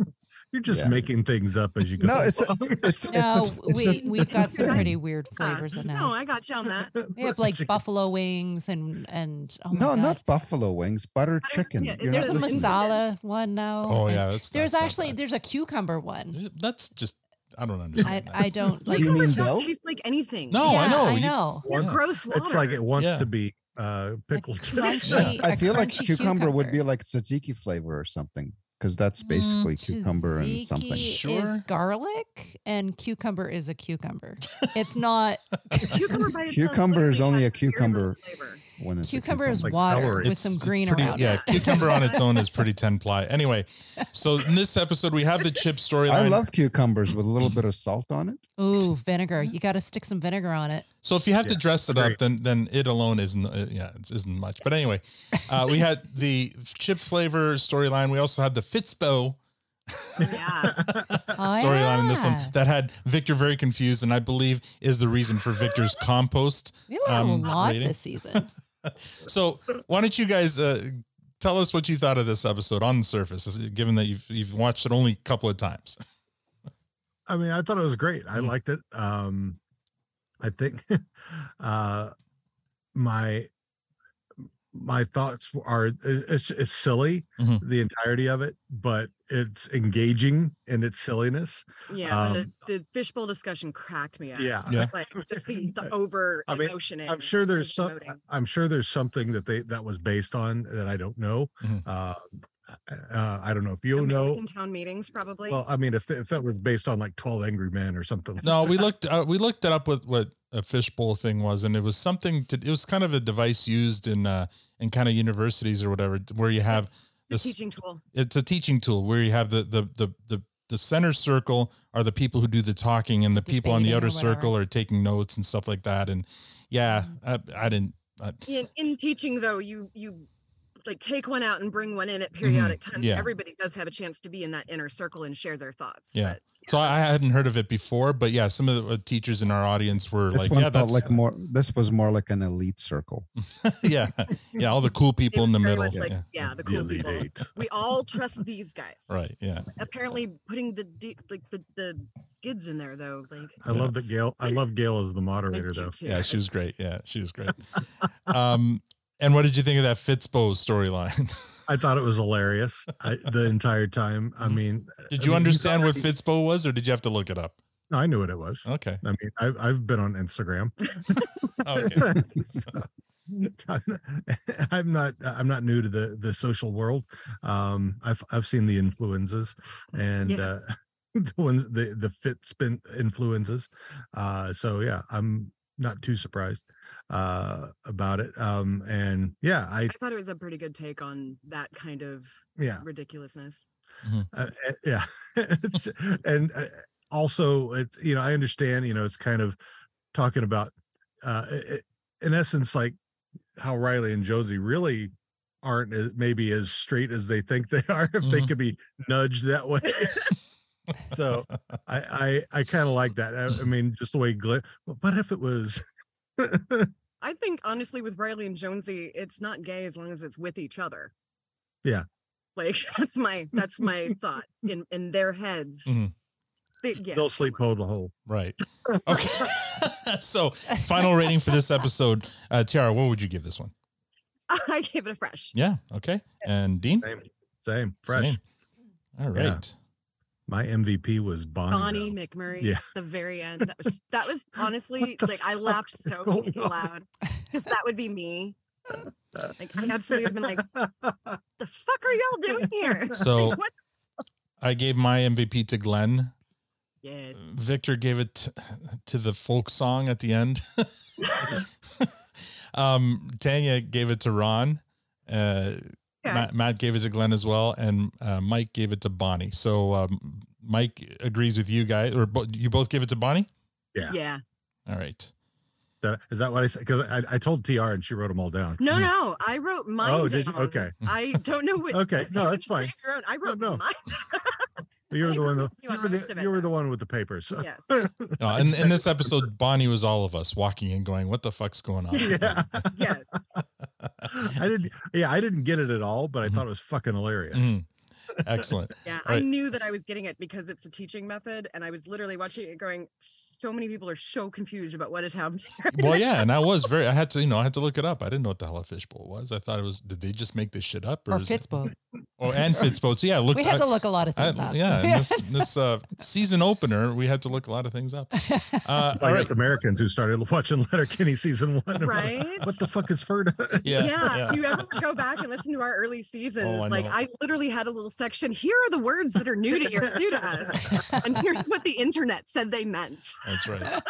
You're just Yeah. making things up as you go. No, it's a- along. It's No, it's a, it's we a, we it's a got some thing. pretty weird flavors Ah, in No, now. I got you on that. We have like Chicken. buffalo wings and and oh my no, God. not buffalo wings, butter chicken. yeah, You're there's a not listening. masala one now. Oh and yeah, that's There's that's not actually bad. there's a cucumber one. that's just I don't I understand. that. I don't like. You mean Cucumbers don't Bill? taste like anything. no, I Yeah, know. I you- know. They're yeah. gross water. it's like it wants Yeah. to be uh pickled chips. crunchy- I a feel like crunchy cucumber, would be like tzatziki flavor or something because Mm, that's basically cucumber and something. Sure. Sure. Is garlic and cucumber is a cucumber. It's not cucumber by itself Cucumber is literally only a has very little cucumber. flavor. When it's a cucumber is Like water celery. with some green pretty, around Yeah, it. cucumber on its own is pretty ten ply. Anyway, so in this episode we have the chip I storyline. love cucumbers with a little bit of salt on it. Ooh, vinegar. You got to stick some vinegar on it. so if you have to Yeah, dress it up, great. then then it alone isn't uh, yeah it isn't much. But anyway, uh, we had the chip flavor storyline. We also had the Fitzbo Yeah. Storyline in this one Oh, Ah, yeah. that had Victor very confused, and I believe is the reason for Victor's compost. We learned um, a lot rating. this season. So why don't you guys uh, tell us what you thought of this episode on the surface, as- given that you've you've watched it only a couple of times. I mean, I thought it was great. I liked it. Um, I think uh, my my thoughts are it- it's it's silly the entirety of it, but it's engaging in its silliness. Yeah, Um, the, the fishbowl discussion cracked me up. Yeah. Yeah. like just the, the over I mean, emotioning. I'm sure there's some. I'm sure there's something that they that was based on that I don't know. Uh, uh, I don't know if you know. in town meetings probably. Well, I mean, if if that was based on like Twelve Angry Men or something, No, we looked uh, we looked it up with what a fishbowl thing was, and it was something to it was kind of a device used in uh, in kind of universities or whatever, where you have It's a this- teaching tool. It's a teaching tool where you have the the the the the center circle are the people who do the talking, and the people on the Debating or outer whatever. circle are taking notes and stuff like that. And yeah, I, Mm-hmm. I didn't. I, In, in teaching though, you you like take one out and bring one in at periodic times. Mm-hmm. yeah. Everybody does have a chance to be in that inner circle and share their thoughts. yeah. So I I hadn't heard of it before, but yeah, some of the uh, teachers in our audience were This like, one "Yeah, felt that's Mm. like more. This was more like an elite circle. yeah, yeah, all the cool people in the Very middle." much like, yeah. yeah. the cool people. We all trust these guys. Right. Yeah. Apparently, putting the de- like the, the skids in there though, like I love that Gail. I love Gail as the moderator though. Yeah, she was great. Yeah, she was great. um, and what did you think of that Fitzbo storyline? I thought it was hilarious I, the entire time. I mean, Mm-hmm. Did I you mean, he's understand what already- Fitzbo was, or did you have to look it up? No, I knew what it was. Okay. I mean, I've I've been on Instagram. Okay. So, I'm not- I'm not I'm not new to the the social world. Um, I've I've seen the influences and Yes. uh, the ones the the fit spin influences. Uh, so yeah, I'm not too surprised uh about it. Um, and yeah, I I thought it was a pretty good take on that kind of Yeah. ridiculousness. uh, uh, yeah It's- and uh, also it you know i understand you know it's kind of talking about uh i- i- in essence like how riley and josie really aren't as, maybe as straight as they think they are if they could be nudged that way so i i i kind of like that I, I mean just the way glit what if it was I think honestly, with Riley and Jonesy, it's not gay as long as it's with each other. yeah Like that's my that's my thought in in their heads. Mhm. They- yeah. they'll sleep hold the hole right okay so final rating for this episode, uh, Tiara, what would you give this one? I gave it a fresh. Yeah. Okay. And Dean, same same fresh All right. Yeah. my mvp was bonnie though. Bonnie McMurray Yeah. at the very end. That was that was honestly like I laughed so going on? loud because that would be me. Like I absolutely would have been like, the fuck are y'all doing here? Like, So- what? I gave my MVP to Glenn. Yes. Mm, Victor gave it t- to the folk song at the end. um, Tanya gave it to Ron. Uh, Yeah. Matt, Matt gave it to Glenn as well, and uh, Mike gave it to Bonnie. So um, Mike agrees with you guys, or bo- you both give it to Bonnie. yeah Yeah. All right. That, is that what I said? Because I, I told TR and she wrote them all down. No, no, I wrote mine. Mm. Oh, did you? down. Okay. I don't know what. Okay, this no, is that's your fine. own. I wrote no. mine. You were the one. with- you You on were most the, of it, you were the one with the papers. so- Yes. No, in, in uh, this episode, Bonnie was all of us walking in, going, "What the fuck's going on?" Yeah. yes. I didn't. Yeah, I didn't get it at all, but I Mm-hmm. thought it was fucking hilarious. Mm-hmm. Excellent. Yeah, All I right. knew that I was getting it because it's a teaching method, and I was literally watching it, going, "So many people are so confused about what is happening." well, yeah, and I was very. I had to, you know, I had to look it up. I didn't know what the hell a fishbowl was. I thought it was. Did they just make this shit up, Or is it- Fitzbo. Oh, and Fitzbo. So yeah, look. We had to look a lot of things up. Yeah, in this this uh, season opener, we had to look a lot of things up. Uh, all Like right. it's Americans who started watching Letterkenny season one. and were like, Right? What the fuck is Ferda? Yeah. if you ever go back and listen to our early seasons, I like know. I literally had a little section. Here are the words that are new to, your, new to us, and here's what the internet said they meant. That's right. All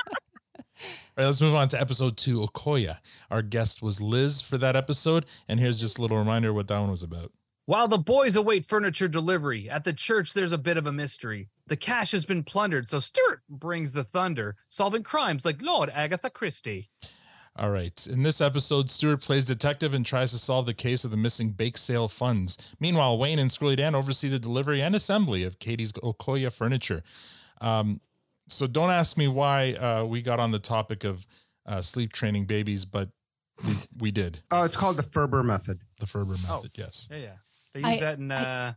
right, let's move on to episode two, Okoya. Our guest was Liz for that episode, and here's just a little reminder what that one was about. While the boys await furniture delivery, at the church there's a bit of a mystery. The cash has been plundered, so Stuart brings the thunder, solving crimes like Lord Agatha Christie. All right. In this episode, Stewart plays detective and tries to solve the case of the missing bake sale funds. Meanwhile, Wayne and Squirrely Dan oversee the delivery and assembly of Katie's Okoya furniture. Um, so don't ask me why uh, we got on the topic of uh, sleep training babies, but we, we did. Oh, it's called the Ferber method. The Ferber method, yes. Yeah, yeah. They use I- that in uh,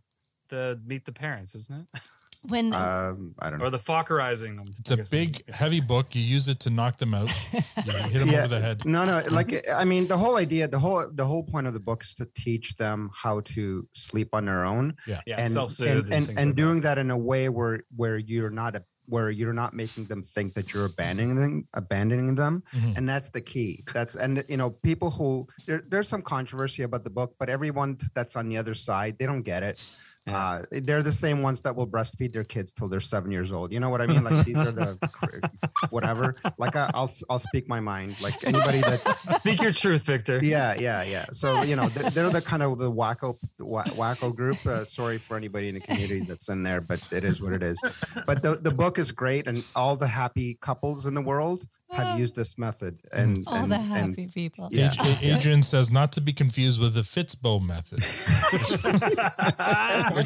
the Meet the Parents, isn't it? When Uh, Um, I don't know. Or the Fockerizing them. It's a big, heavy book. You use it to knock them out. You hit them over the head. No, no. Like I mean, the whole idea, the whole the whole point of the book is to teach them how to sleep on their own. Yeah. Yeah, and self-soothe and and and, things and like doing that. in a way where where you're not a where you're not making them think that you're abandoning them, abandoning them, Mm-hmm. Mhm. and that's the key. That's and you know people who there, there's some controversy about the book, but everyone that's on the other side they don't get it. Uh, they're the same ones that will breastfeed their kids till they're seven years old. You know what I mean? Like these are the cr- whatever. Like I, I'll I'll speak my mind. Like anybody that Speak your truth, Victor. yeah, yeah, yeah. So you know, they're, they're the kind of the wacko wa- wacko group. Uh, sorry for anybody in the community that's in there, but it is what it is. But the the book is great, and all the happy couples in the world have used this method. And all and, the and- happy people. Yeah. Ad- Adrian says not to be confused with the Fitzbo method, which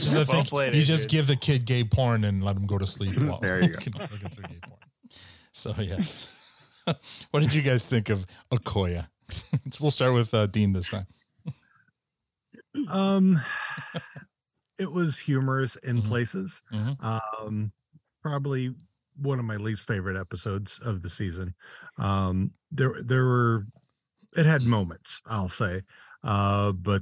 is I Well think played, you just Adrian. give the kid gay porn and let him go to sleep. While There you go. looking- looking through gay porn. So yes, what did you guys think of Okoya? we'll start with uh, Dean this time. Um, it was humorous in places. Um, probably one of my least favorite episodes of the season. Um, there there were it had moments, I'll say, uh, but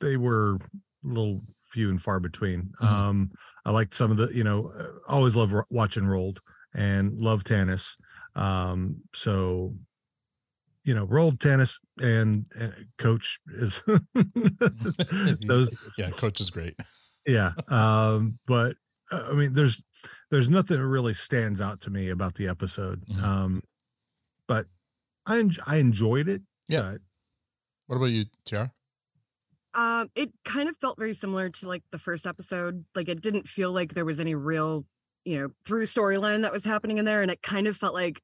they were a little few and far between. Um, I liked some of the, you know, uh, always love watching Rolled and love Tannis. Um, so you know, rolled tennis and, and coach is Mm-hmm. those. yeah, coach is great. Yeah. Um, but uh, I mean, there's, there's nothing that really stands out to me about the episode. Um, but I, en- I enjoyed it. Yeah. but What about you, Tiara? Um, it kind of felt very similar to like the first episode. Like it didn't feel like there was any real, you know, through storyline that was happening in there. And it kind of felt like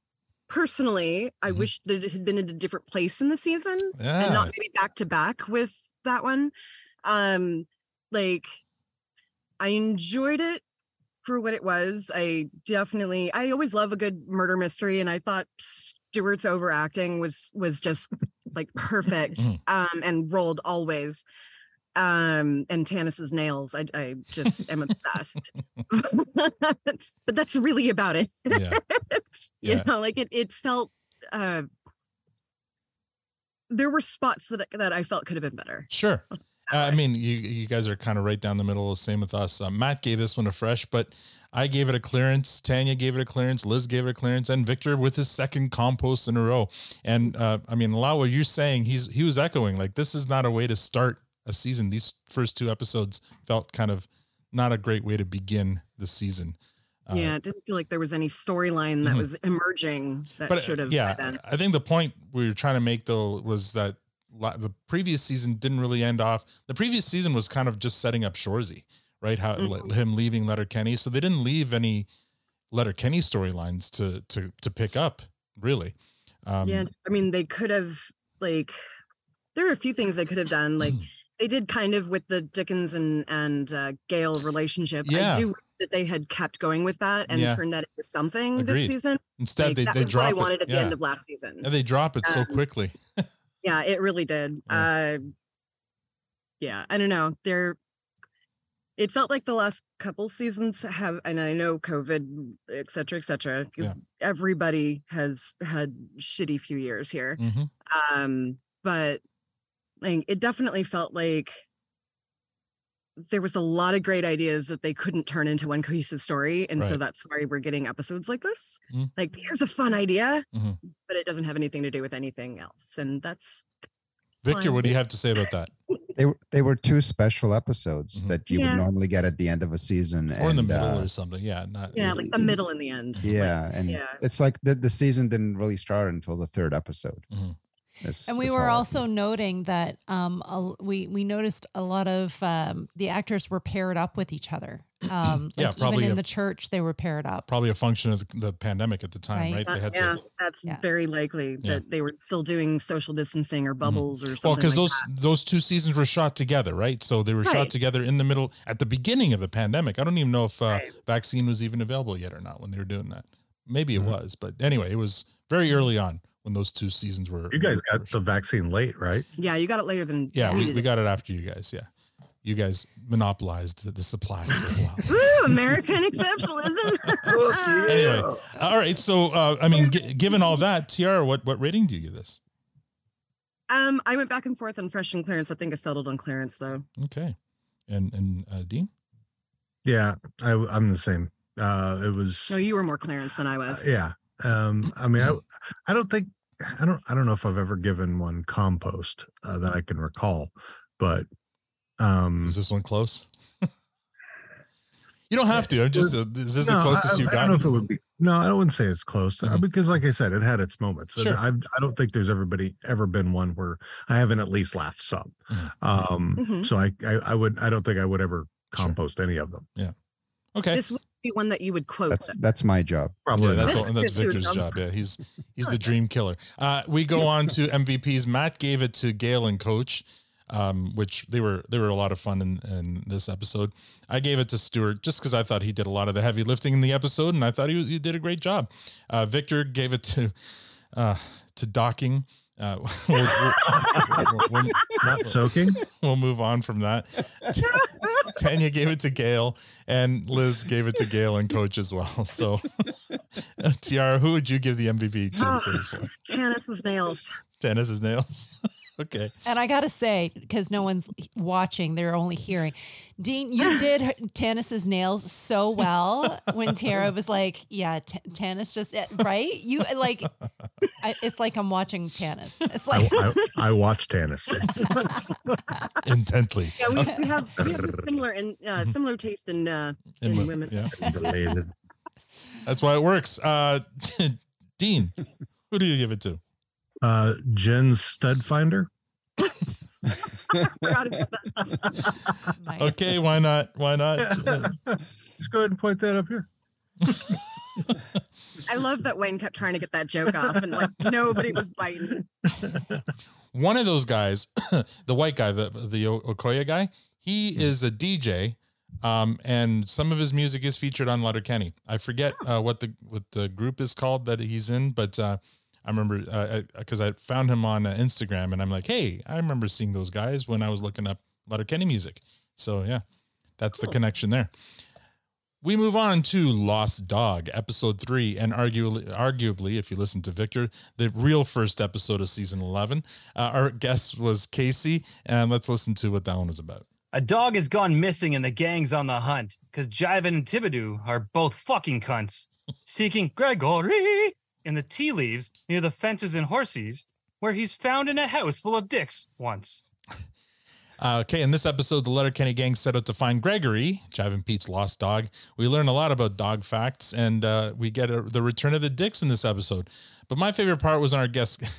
personally, I Mhm. wish that it had been in a different place in the season and Yeah. not maybe back to back with that one. Um, like I enjoyed it for what it was. I definitely I always love a good murder mystery and I thought Stewart's overacting was was just like perfect Mm. um and rolled always um and Tannis's nails I I just am obsessed but that's really about it Yeah. you Yeah. know like it it felt uh there were spots that that I felt could have been better Sure. Uh, I mean, you you guys are kind of right down the middle. Same with us. Uh, Matt gave this one a fresh, but I gave it a clearance. Tanya gave it a clearance. Liz gave it a clearance, and Victor with his second compost in a row. And uh, I mean, Lawa, you're saying he's he was echoing like this is not a way to start a season. These first two episodes felt kind of not a great way to begin the season. Uh, yeah it didn't feel like there was any storyline that mhm. was emerging that but uh, should have yeah been i think the point we were trying to make though was that la- the previous season didn't really end off the previous season was kind of just setting up shorzy right how Mm-hmm. like, him leaving letterkenny so they didn't leave any letterkenny storylines to to to pick up really um yeah, I mean, they could have like there are a few things they could have done. Like they did kind of with the Dickens and and uh, Gale relationship. Yeah. I do wish that they had kept going with that and Yeah. turned that into something Agreed. this season. Instead, Like, they- that they was what I drop it. wanted at Yeah. the end of last season. and they drop it so Um, quickly Yeah, it really did. Uh, yeah, I don't know. There, it felt like the last couple seasons have, and I know COVID, et cetera, et cetera, because everybody has had shitty few years here. Mhm. Um, but like, it definitely felt like there was a lot of great ideas that they couldn't turn into one cohesive story, and so Right. that's why we're getting episodes like this. Mm. Like, here's a fun idea, Mhm. but it doesn't have anything to do with anything else, and that's victor fine. what do you have to say about that they were they were two special episodes that you Yeah. would normally get at the end of a season Mm-hmm. or in the and, middle uh, or something yeah not yeah, like the middle and the end. like, yeah, and yeah. it's like the, the season didn't really start until the third episode. Mm-hmm. It's- And we it's were all- also noting that um, a, we we noticed a lot of um, the actors were paired up with each other. Um, Yeah, like probably even in a- the church, they were paired up. probably a function of the, the pandemic at the time right, Right. they had Uh, to yeah, that that's very likely that Yeah. Mm-hmm. they were still doing social distancing or bubbles or something. Well, because like those those two seasons were shot together, right? So they were shot Right. together in the middle at the beginning of the pandemic. I don't even know if uh, vaccine was even available yet or not when they were doing that. Maybe it was, but anyway, it was Mm-hmm. very early on when those two seasons were. You guys got the vaccine late, right? that. Yeah, you got it later than Yeah, we, did. we got it after you guys. Yeah, you guys monopolized the, the supply for a while. Woo, American exceptionalism. anyway, all right. So uh, I mean, g- given all that, Tiara, what what rating do you give this? Um, I went back and forth on fresh and clearance. I think I settled on clearance though. Okay, and and uh, Dean. Yeah, I, I'm the same. Uh, it was uh, No, you were more clearance Uh, than I was. yeah. Um, I mean, I, I don't think, I don't, I don't know if I've ever given one compost uh, that I can recall, but um, is this one close? You don't have to. I'm just. Uh, is this the No, closest I- you've I don't know gotten? Mm-hmm. if it would be. No, I wouldn't say it's close uh, because, like I said, it had its moments. And Sure. I, I don't think there's everybody ever been one where I haven't at least laughed some. Mm-hmm. Um, Mm-hmm. Mhm. So I, I, I would, I don't think I would ever compost any of them. Yeah. Okay. This would be one that you would quote. That's that's my job. Probably yeah, that's not. all, that's You're Victor's dumb. job. Yeah, he's he's the dream killer. Uh, we go on to MVPs. Matt gave it to Gail and Coach, um, which they were they were a lot of fun in, in this episode. I gave it to Stuart just because I thought he did a lot of the heavy lifting in the episode, and I thought he, was, he did a great job. Uh, Victor gave it to uh, to docking. Uh, we'll, we'll- we'll- Not soaking. we'll move on from that. Tanya gave it to Gail, and Liz gave it to Gail and Coach as well. So, uh, Tiara, who would you give the MVP to for this one? Tannis's nails. Dennis's nails. okay. And I gotta say, because no one's watching, they're only hearing. Dean, you did her- Tannis's nails so well when Tara was like, "Yeah, t- Tannis just eh, right." You like, I, it's like I'm watching Tannis. It's like I, I, I watched Tannis intently. Yeah, we, we have we have a similar and Mm-hmm. uh, similar taste in uh, in, In wo- women. yeah. That's why it works. Uh, Dean, who do you give it to? Uh, Jen's stud finder. Okay, why not? Why not? Just go ahead and point that up here. I love that Wayne kept trying to get that joke off, and like nobody was biting. one of those guys, the white guy, the the O- Okoye guy, he is a DJ, um, and some of his music is featured on Letterkenny. I forget uh, what the what the group is called that he's in, but uh, I remember because I, found him on uh, Instagram, and I'm like, hey, I remember seeing those guys when I was looking up Letterkenny music. So yeah, that's the connection there. We move on to Lost Dog, episode three, and arguably, arguably, if you listen to Victor, the real first episode of season 11. Uh, our guest was Casey, and let's listen to what that one was about. A dog has gone missing and the gang's on the hunt because Jiven and Thibodeau are both fucking cunts, seeking Gregory in the tea leaves near the fences and horses, where he's found in a house full of dicks once. Uh, okay, in this episode, the Letterkenny gang set out to find Gregory, Jive and Pete's lost dog. We learn a lot about dog facts, and uh, we get a, the return of the dicks in this episode. But my favorite part was our guest.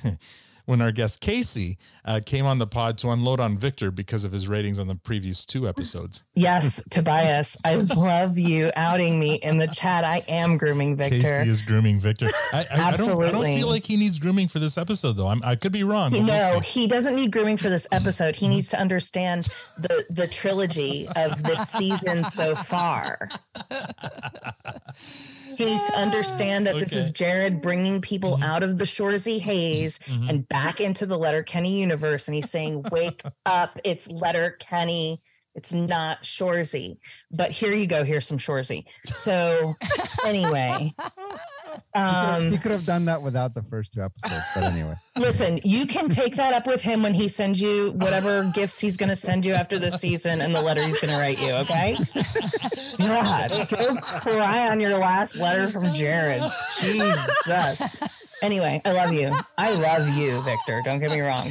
When our guest Casey uh, came on the pod to unload on Victor because of his ratings on the previous two episodes. Yes, Tobias, I love you outing me in the chat. I am grooming Victor. Casey is grooming Victor. I, I, I, don't, I don't Absolutely. feel like he needs grooming for this episode, though. I'm, I could be wrong. but we'll no, see. he doesn't need grooming for this episode. He needs to understand the the trilogy of this season so far. He needs to understand that this is Jared bringing people Mm-hmm. out of the Shoresy haze and back into the Letter Kenny universe, and he's saying, "Wake up! It's Letter Kenny." It's not Shoresy, but here you go. Here's some Shoresy. So, anyway, um, he, Um, could, he could have done that without the first two episodes, but anyway. Listen, you can take that up with him when he sends you whatever gifts he's going to send you after this season and the letter he's going to write you. Okay. God, go cry on your last letter from Jared. Jesus. Anyway, I love you. I love you, Victor. Don't get me wrong.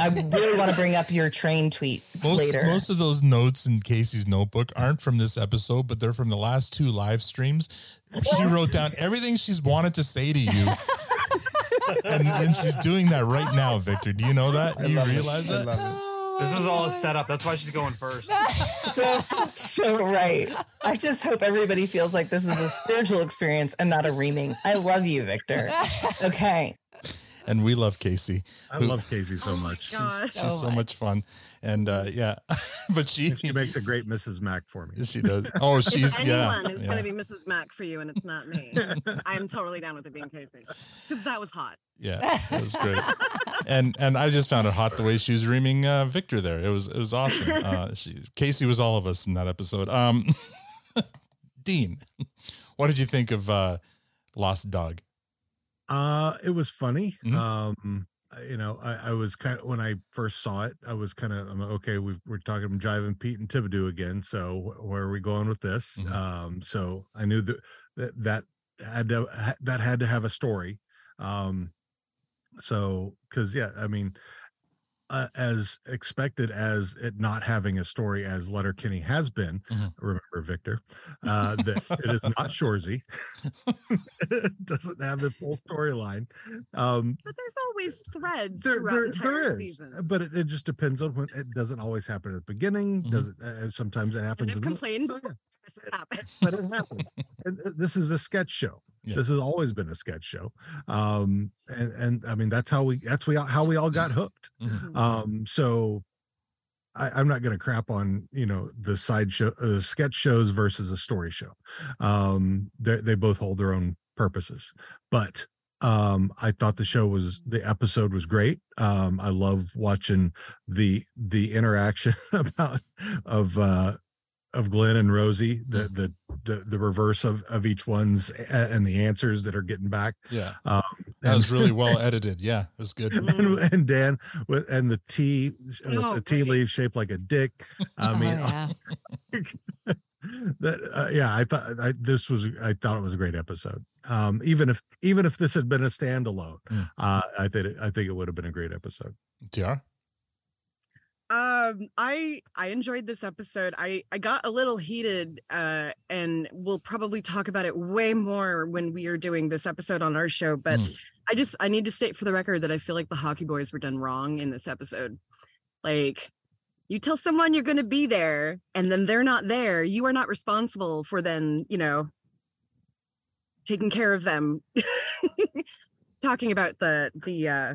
I really want to bring up your train tweet most, later. most of those notes in Casey's notebook aren't from this episode, but they're from the last two live streams. She Oh. wrote down everything she's wanted to say to you. and, and she's doing that right now, Victor. Do you know that? Do you realize that? This was all a setup. That's why she's going first. so so right. I just hope everybody feels like this is a spiritual experience and not a reaming. I love you, Victor. Okay. and we love Casey. I love Casey so much. She's, gosh. she's So so much fun, and uh, yeah, but she She makes a great Mrs. Mac for me. she does. Oh, If she's yeah, anyone is yeah. going to be Mrs. Mac for you, and it's not me. I'm totally down with it being Casey because that was hot. Yeah, it was great. and and I just found it hot the way she was reaming uh, Victor there. It was it was awesome. Uh, she, Casey was all of us in that episode. Um, Dean, what did you think of uh, Lost Dog? Uh, it was funny. Mm-hmm. Um, I- you know, I, I was kind of when I first saw it, I was kind of I'm like, okay. We've, we're talking jiving Pete and Thibodeau again. So wh- where are we going with this? Um, so I knew that that that had to ha- that had to have a story. Um, so because yeah, I mean, uh, as expected as it not having a story as Letterkenny has been. Remember, Victor, uh, that it is not Shorzy. it doesn't have the full storyline. Um, But there's always threads there, throughout there, entire there is, Uh, season. but it, it just depends on when. It doesn't always happen at the beginning. Does it? Uh, sometimes it happens. I've in the middle, complained. so yeah. This has happened. but it happens. And th- this is a sketch show. This has always been a sketch show. Um, and, and I mean that's how we that's we all- how we all got hooked. Mm-hmm. Um, so I, I'm not going to crap on you know the side show, uh, sketch shows versus a story show. Um, they they both hold their own purposes, but um i thought the show was the episode was great um i love watching the the interaction about of uh of Glenn and Rosie, the the the, the reverse of of each one's a- and the answers that are getting back. Yeah, Um, that was and- really well edited. Yeah, it was good. And, and Dan with and the tea with Oh, the tea leaf shaped like a dick. Oh, I mean, that uh, yeah, I thought I, this was I thought it was a great episode. Um, even if even if this had been a standalone, Mm. uh, I think it, I think it would have been a great episode. Tiara, Um, I I enjoyed this episode. I I got a little heated, uh, and we'll probably talk about it way more when we are doing this episode on our show. But I just I need to state for the record that I feel like the hockey boys were done wrong in this episode. Like, you tell someone you're going to be there, and then they're not there. You are not responsible for then you know taking care of them. Talking about the the uh,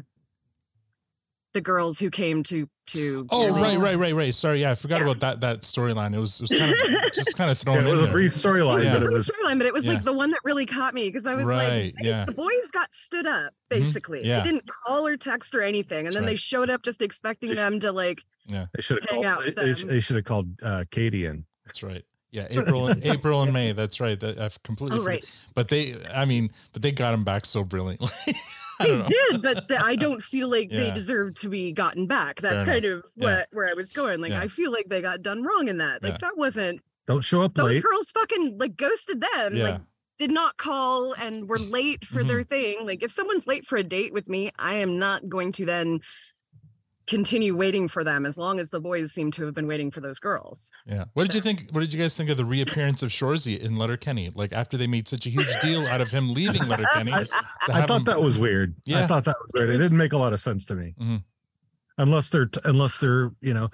the girls who came to to Oh, your right, right, right, right. Sorry, yeah, I forgot about that that storyline. It was it was kind of just kind of thrown Yeah, it was in a there. brief storyline, Yeah. but it was storyline, but it was Yeah. like the one that really caught me because I was Right, like, "Hey, yeah. the boys got stood up basically. Mm-hmm. yeah. They didn't call or text or anything, and then they right. showed up just expecting them to like. Yeah, they should have Hang called. out They, with they, them. should have called uh, Katie in. That's right. Yeah, April, and, April and May. That's right. That I've completely. Oh, forgot. right. But they, I mean, but they got him back so brilliantly. I don't know. Did but the, I don't feel like they Yeah. deserve to be gotten back. Fair That's enough. kind of Yeah. what where I was going. Like Yeah. I feel like they got done wrong in that. Like Yeah. that wasn't Don't show up those late. girls fucking like ghosted them. Yeah. Mm-hmm. Like did not call and were late for their thing. Like if someone's late for a date with me, I am not going to then continue waiting for them as long as the boys seem to have been waiting for those girls. Yeah. What did you think? What did you guys think of the reappearance of Shorzy in Letterkenny? Like after they made such a huge deal out of him leaving Letterkenny. I, to I have thought him- that was weird. Yeah. I thought that was weird. It didn't make a lot of sense to me. Mm-hmm. Mhm. Unless they're t- unless they're you know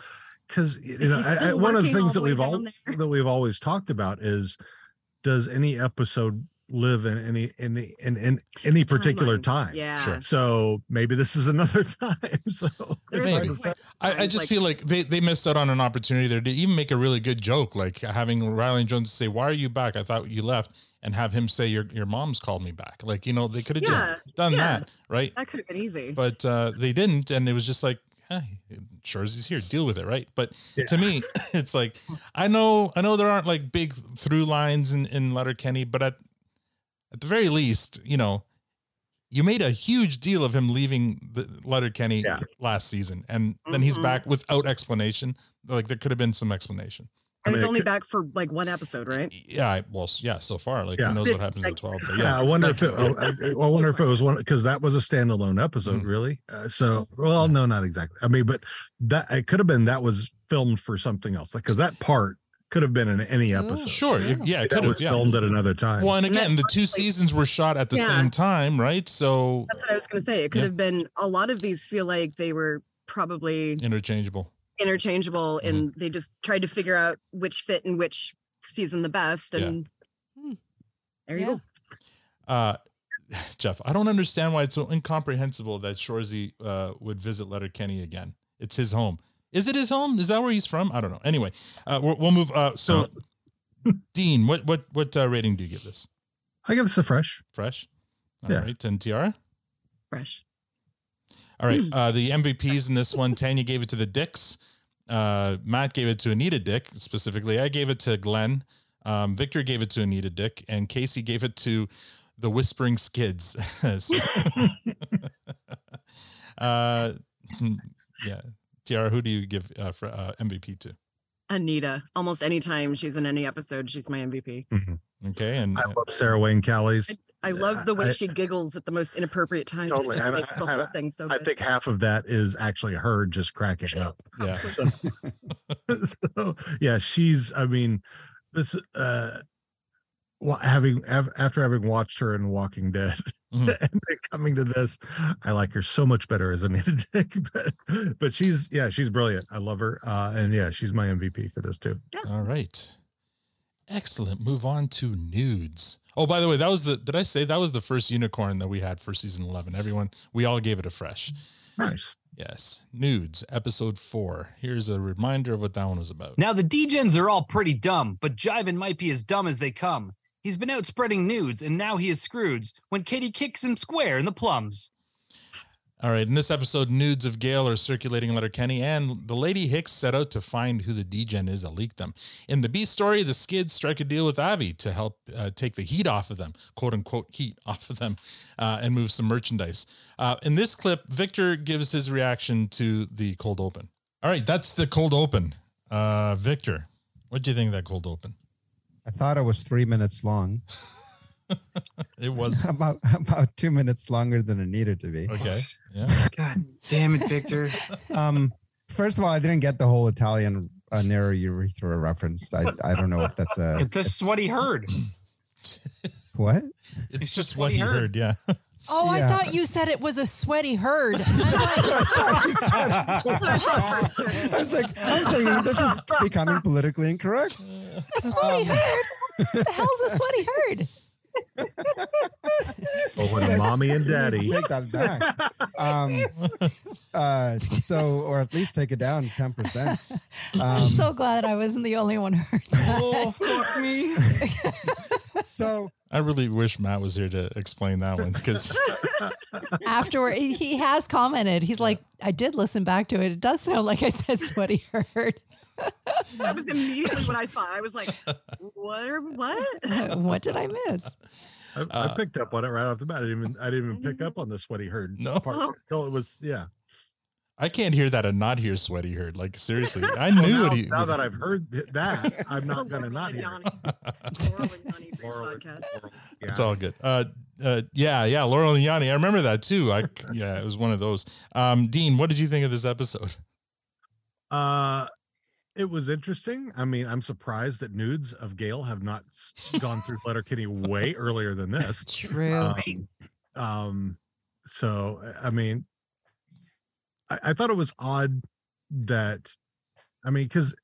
because you Is know he I, I, still one of the working all things the that way we've all down that we've always talked about is does any episode live in any any in, in any particular Timeline. time? Yeah. Sure. So maybe this is another time. So There is a Maybe. point I, I times, just like- feel like they, they missed out on an opportunity there to even make a really good joke, like having Riley Jones say, "Why are you back? I thought you left," and have him say, "Your your mom's called me back." Like you know, they could have Yeah, just done yeah. that, right? That could have been easy. but uh, they didn't, and it was just like, hey, sure as he's here, deal with it, right? But to me, it's like I know, I know there aren't like big through lines in in Letterkenny, but at at the very least, you know, you made a huge deal of him leaving the Letterkenny last season, and then he's Mm-hmm. Mhm. back without explanation. Like there could have been some explanation. and he's only back for like one episode, right? Yeah, I, well, s- yeah. So far, like Yeah. who knows This- what happens in like- twelve? But Yeah, I yeah, Mm-hmm. wonder if that's- it, oh, I, I wonder if it was one because that was a standalone episode, really. Uh, so, well, no, not exactly. I mean, but that it could have been that was filmed for something else, like because that part could have been in any episode. sure, yeah, yeah, it that could have. was Yeah. filmed at another time. Well, and again, the two seasons were shot at the Yeah. same time, right? So That's what I was gonna say. It could Yeah. have been a lot of these feel like they were probably interchangeable. interchangeable and they just tried to figure out which fit and which season the best Yeah. and Hmm. there you go Uh, Jeff, I don't understand why it's so incomprehensible that Shorzy uh, would visit Letterkenny again. It's his home. Is it his home? Is that where he's from? I don't know. Anyway, uh, we'll, we'll move. Uh, so, Uh. Dean, what what what uh, rating do you give this? I give this a fresh. Fresh. All right, Yeah. and Tiara. fresh All right. Uh, the MVPs in this one, Tanya gave it to the Dicks. Uh, Matt gave it to Anita Dick specifically. I gave it to Glenn. Um, Victor gave it to Anita Dick, and Casey gave it to the Whispering Skids. So- uh, hmm, yeah, Tiara, who do you give uh, for, uh, MVP to? anita almost anytime she's in any episode she's my mvp Okay, and uh, I love Sarah Wayne Callies. i love the way I- she giggles at the most inappropriate times Totally. it just I'm- makes the I'm- whole thing so I good. think half of that is actually her just cracking up. yeah, So, so, yeah, she's. I mean, this. uh Well, having av- after having watched her in Walking Dead Mm-hmm. and then coming to this, I like her so much better as Anita Dick. But, but she's yeah, she's brilliant. I love her, uh, and yeah, she's my MVP for this too. All right. Excellent. Move on to nudes. Oh, by the way, that was the did I say that was the first unicorn that we had for season 11. Everyone, we all gave it a fresh. Nice. Yes. Nudes, episode 4. Here's a reminder of what that one was about. Now, the Dgens are all pretty dumb, but Jiven might be as dumb as they come. He's been out spreading nudes, and now he is Scrooge when Katie kicks him square in the plums. All right, in this episode, nudes of Gail are circulating in Letterkenny, and the Lady Hicks set out to find who the degen is that leaked them. In the B story, the Skids strike a deal with Avi to help uh, take the heat off of them, quote unquote heat off of them, uh, and move some merchandise. Uh, in this clip, Victor gives his reaction to the cold open. All right, that's the cold open. Uh, Victor, what do you think of that cold open? I thought it was three minutes long. It was about about two minutes longer than it needed to be. okay. Yeah. God damn it, Victor. Um, first of all, I didn't get the whole Italian uh, narrow urethra reference. I, I don't know if that's a It's just what he heard. what. It's, just, what he heard. Yeah. Oh, Yeah. I thought you said it was a sweaty herd. I'm like, what? I was like, I'm thinking this is becoming politically incorrect. A sweaty herd? What the hell's a sweaty herd? Well, when mommy and daddy. take that back. Um, uh, so, or at least take it down ten percent. Um, I'm so glad I wasn't the only one hurt. Oh, fuck me. so I really wish Matt was here to explain that one because afterward, he- he has commented. He's like, I did listen back to it. It does sound like I said sweaty herd. that was immediately what i thought i was like what are- what what did I miss? I, I Uh, Mm-hmm. picked up on it right off the bat. I didn't even I didn't even pick up on this what he heard No. part until it was yeah. I can't hear that and not hear sweaty herd. Like seriously, I knew now, what he. now that I've heard th- that, I'm not gonna not hear. it. Laurel and Yanni Yeah. It's all good. Uh, uh, yeah, yeah. Laurel and Yanni. I remember that too. I yeah, it was one of those. Um, Dean, what did you think of this episode? Uh, it was interesting. I mean, I'm surprised that nudes of Gail have not s- gone through Letterkenny way earlier than this. True. Um, um, so uh, I- I mean, I, I thought it was odd that, I mean, because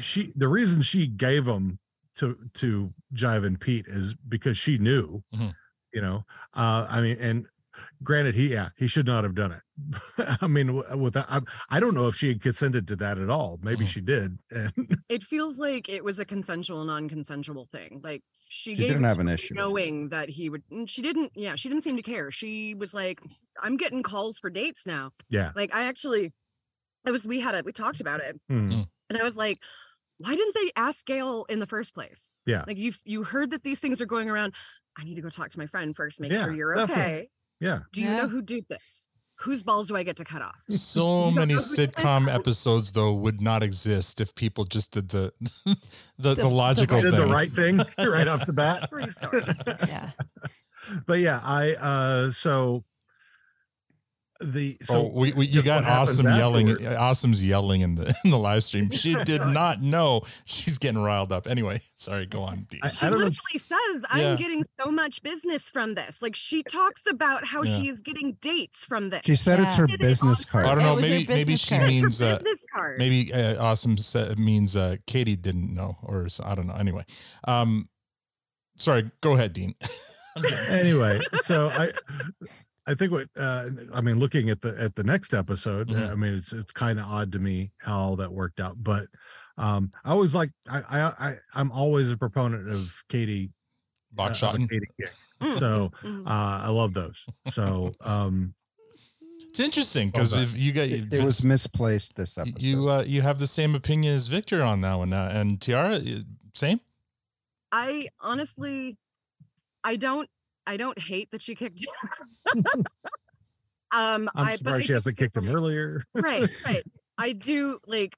she the reason she gave them to to Jive and Pete is because she knew, Mm-hmm. Mhm. you know. Uh, I mean, and granted, he yeah he should not have done it. I mean, w- without I, I don't know if she had consented to that at all. Mm-hmm. Maybe she did, and it feels like it was a consensual non-consensual thing like she, She gave didn't it have to an him issue with it. knowing that he would and she didn't yeah she didn't seem to care she was like i'm getting calls for dates now yeah. like i actually it was we had it we talked about it Mm. and i was like why didn't they ask gail in the first place Yeah. like you you heard that these things are going around i need to go talk to my friend first make Yeah, sure you're definitely. okay Yeah. do you know who did this whose balls do i get to cut off So many sitcom episodes though would not exist if people just did the the, the, the logical did thing. the right thing right off the bat. True story. Yeah. but yeah, I uh so the so so Oh, we, we you just got what happens awesome yelling. uh, afterward. Awesome's yelling in the in the live stream. She did not know she's getting riled up. Anyway, sorry. Go on. Dee. I- She literally says, I'm Yeah. getting so much business from this. Like she talks about how she is getting dates from this. She said it's her Did it business on card. I don't know. It was her Maybe maybe business she card. means uh, Business card. maybe uh, awesome sa- means uh, Katie didn't know, or s- I don't know. Anyway, um, sorry. Go ahead, Dean. anyway, so I I think what uh, I mean, looking at the at the next episode, Mm-hmm. uh, I mean, it's it's kind of odd to me how all that worked out, but um, I always like I I, I I'm always a proponent of Katie Box uh, of shotting. Katie Kick. So Mm-hmm. uh, I love those. So um, It's interesting because Well if you got It, it was misplaced this episode. you uh, you have the same opinion as Victor on that one, uh, and Tiara, uh, same. I honestly, I don't, I don't hate that she kicked. him. um, I, I'm but surprised I she hasn't kicked him earlier. right right i do like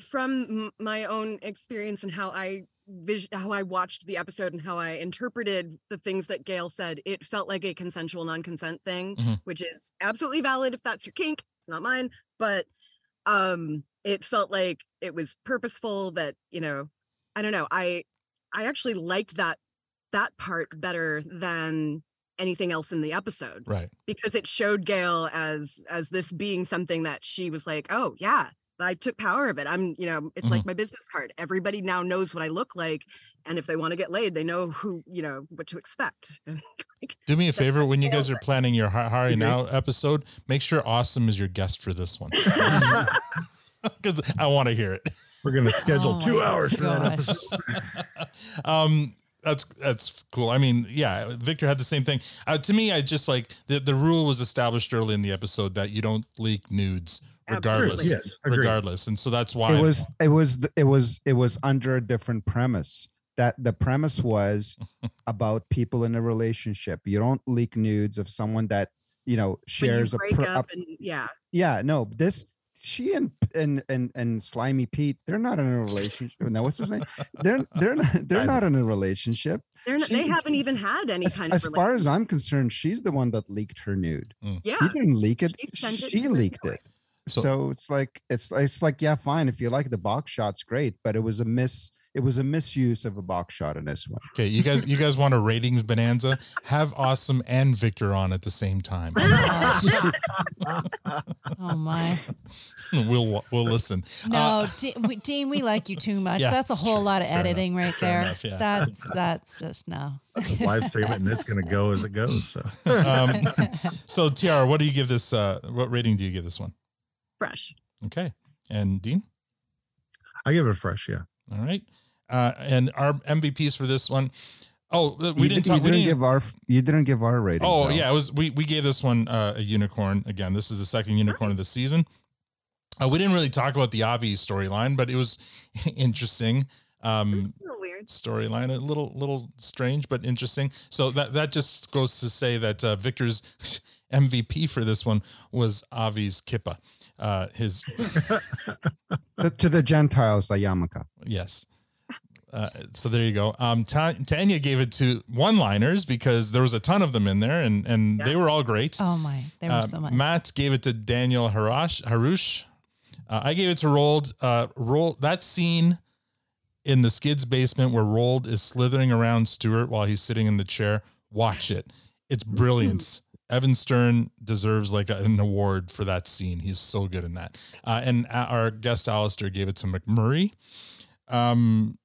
from m- my own experience and how i vis- how i watched the episode and how i interpreted the things that gail said it felt like a consensual non-consent thing Mhm. which is absolutely valid if that's your kink it's not mine but um it felt like it was purposeful that you know i don't know i i actually liked that that part better than anything else in the episode Right. because it showed Gail as as this being something that she was like, oh yeah, I took power of it. I'm, you know, it's like Mhm. my business card. Everybody now knows what I look like, and if they want to get laid, they know who, you know, what to expect. Do me a favor when you guys are planning your Hi- Hari Now episode, make sure Awesome is your guest for this one. Because I want to hear it. We're gonna schedule two two hours for that episode. um that's that's cool i mean yeah victor had the same thing uh, to me i just like the, the rule was established early in the episode that you don't leak nudes regardless Absolutely. Yes, agreed. regardless and so that's why it was it was it was it was under a different premise that the premise was about people in a relationship you don't leak nudes of someone that you know When you shares a, break pr- up a- and yeah. yeah no this she and and and and slimy pete they're not in a relationship no what's his name they're they're not they're not in a relationship They're not, She- they haven't even had any as, kind as of far as i'm concerned she's the one that leaked her nude Yeah. he didn't leak it She sent it she to the leaked it So- so, it's like it's it's like yeah fine if you like the box shots great but it was a miss it was a misuse of a box shot in this one okay you guys you guys want a ratings bonanza have awesome and victor on at the same time Oh my. we'll we'll listen No, D- we, Dean, we like you too much. Yeah, that's a it's whole true. lot of Fair editing enough. right Fair there. enough, yeah. That's that's just no. It's live stream it, and it's gonna go as it goes. So um, so tiara what do you give this uh what rating do you give this one fresh. okay and dean I give it a fresh, yeah. All right. Uh, and our MVPs for this one. Oh, we you, didn't di- talk. you We didn't. give our you didn't give our rating oh yeah, it was. We we gave this one uh, a unicorn again. This is the second unicorn of the season. Uh, we didn't really talk about the Avi storyline, but it was interesting. Mm. Um, storyline, a little little strange, but interesting. So that that just goes to say that uh, Victor's MVP for this one was Avi's kippa. Uh, his to the gentiles la yarmulke Yes. Uh, so there you go. Um, Ta- Tanya gave it to one-liners because there was a ton of them in there, and and they were all great. Oh my, there Uh, was so much. Matt gave it to Daniel Harash Harush. Uh, I gave it to Rold. Uh, Rold that scene in the Skids basement where Rold is slithering around Stuart while he's sitting in the chair. Watch it. It's brilliance. Evan Stern deserves like a- an award for that scene. He's so good in that. Uh, and uh, our guest Alistair gave it to McMurray. Um,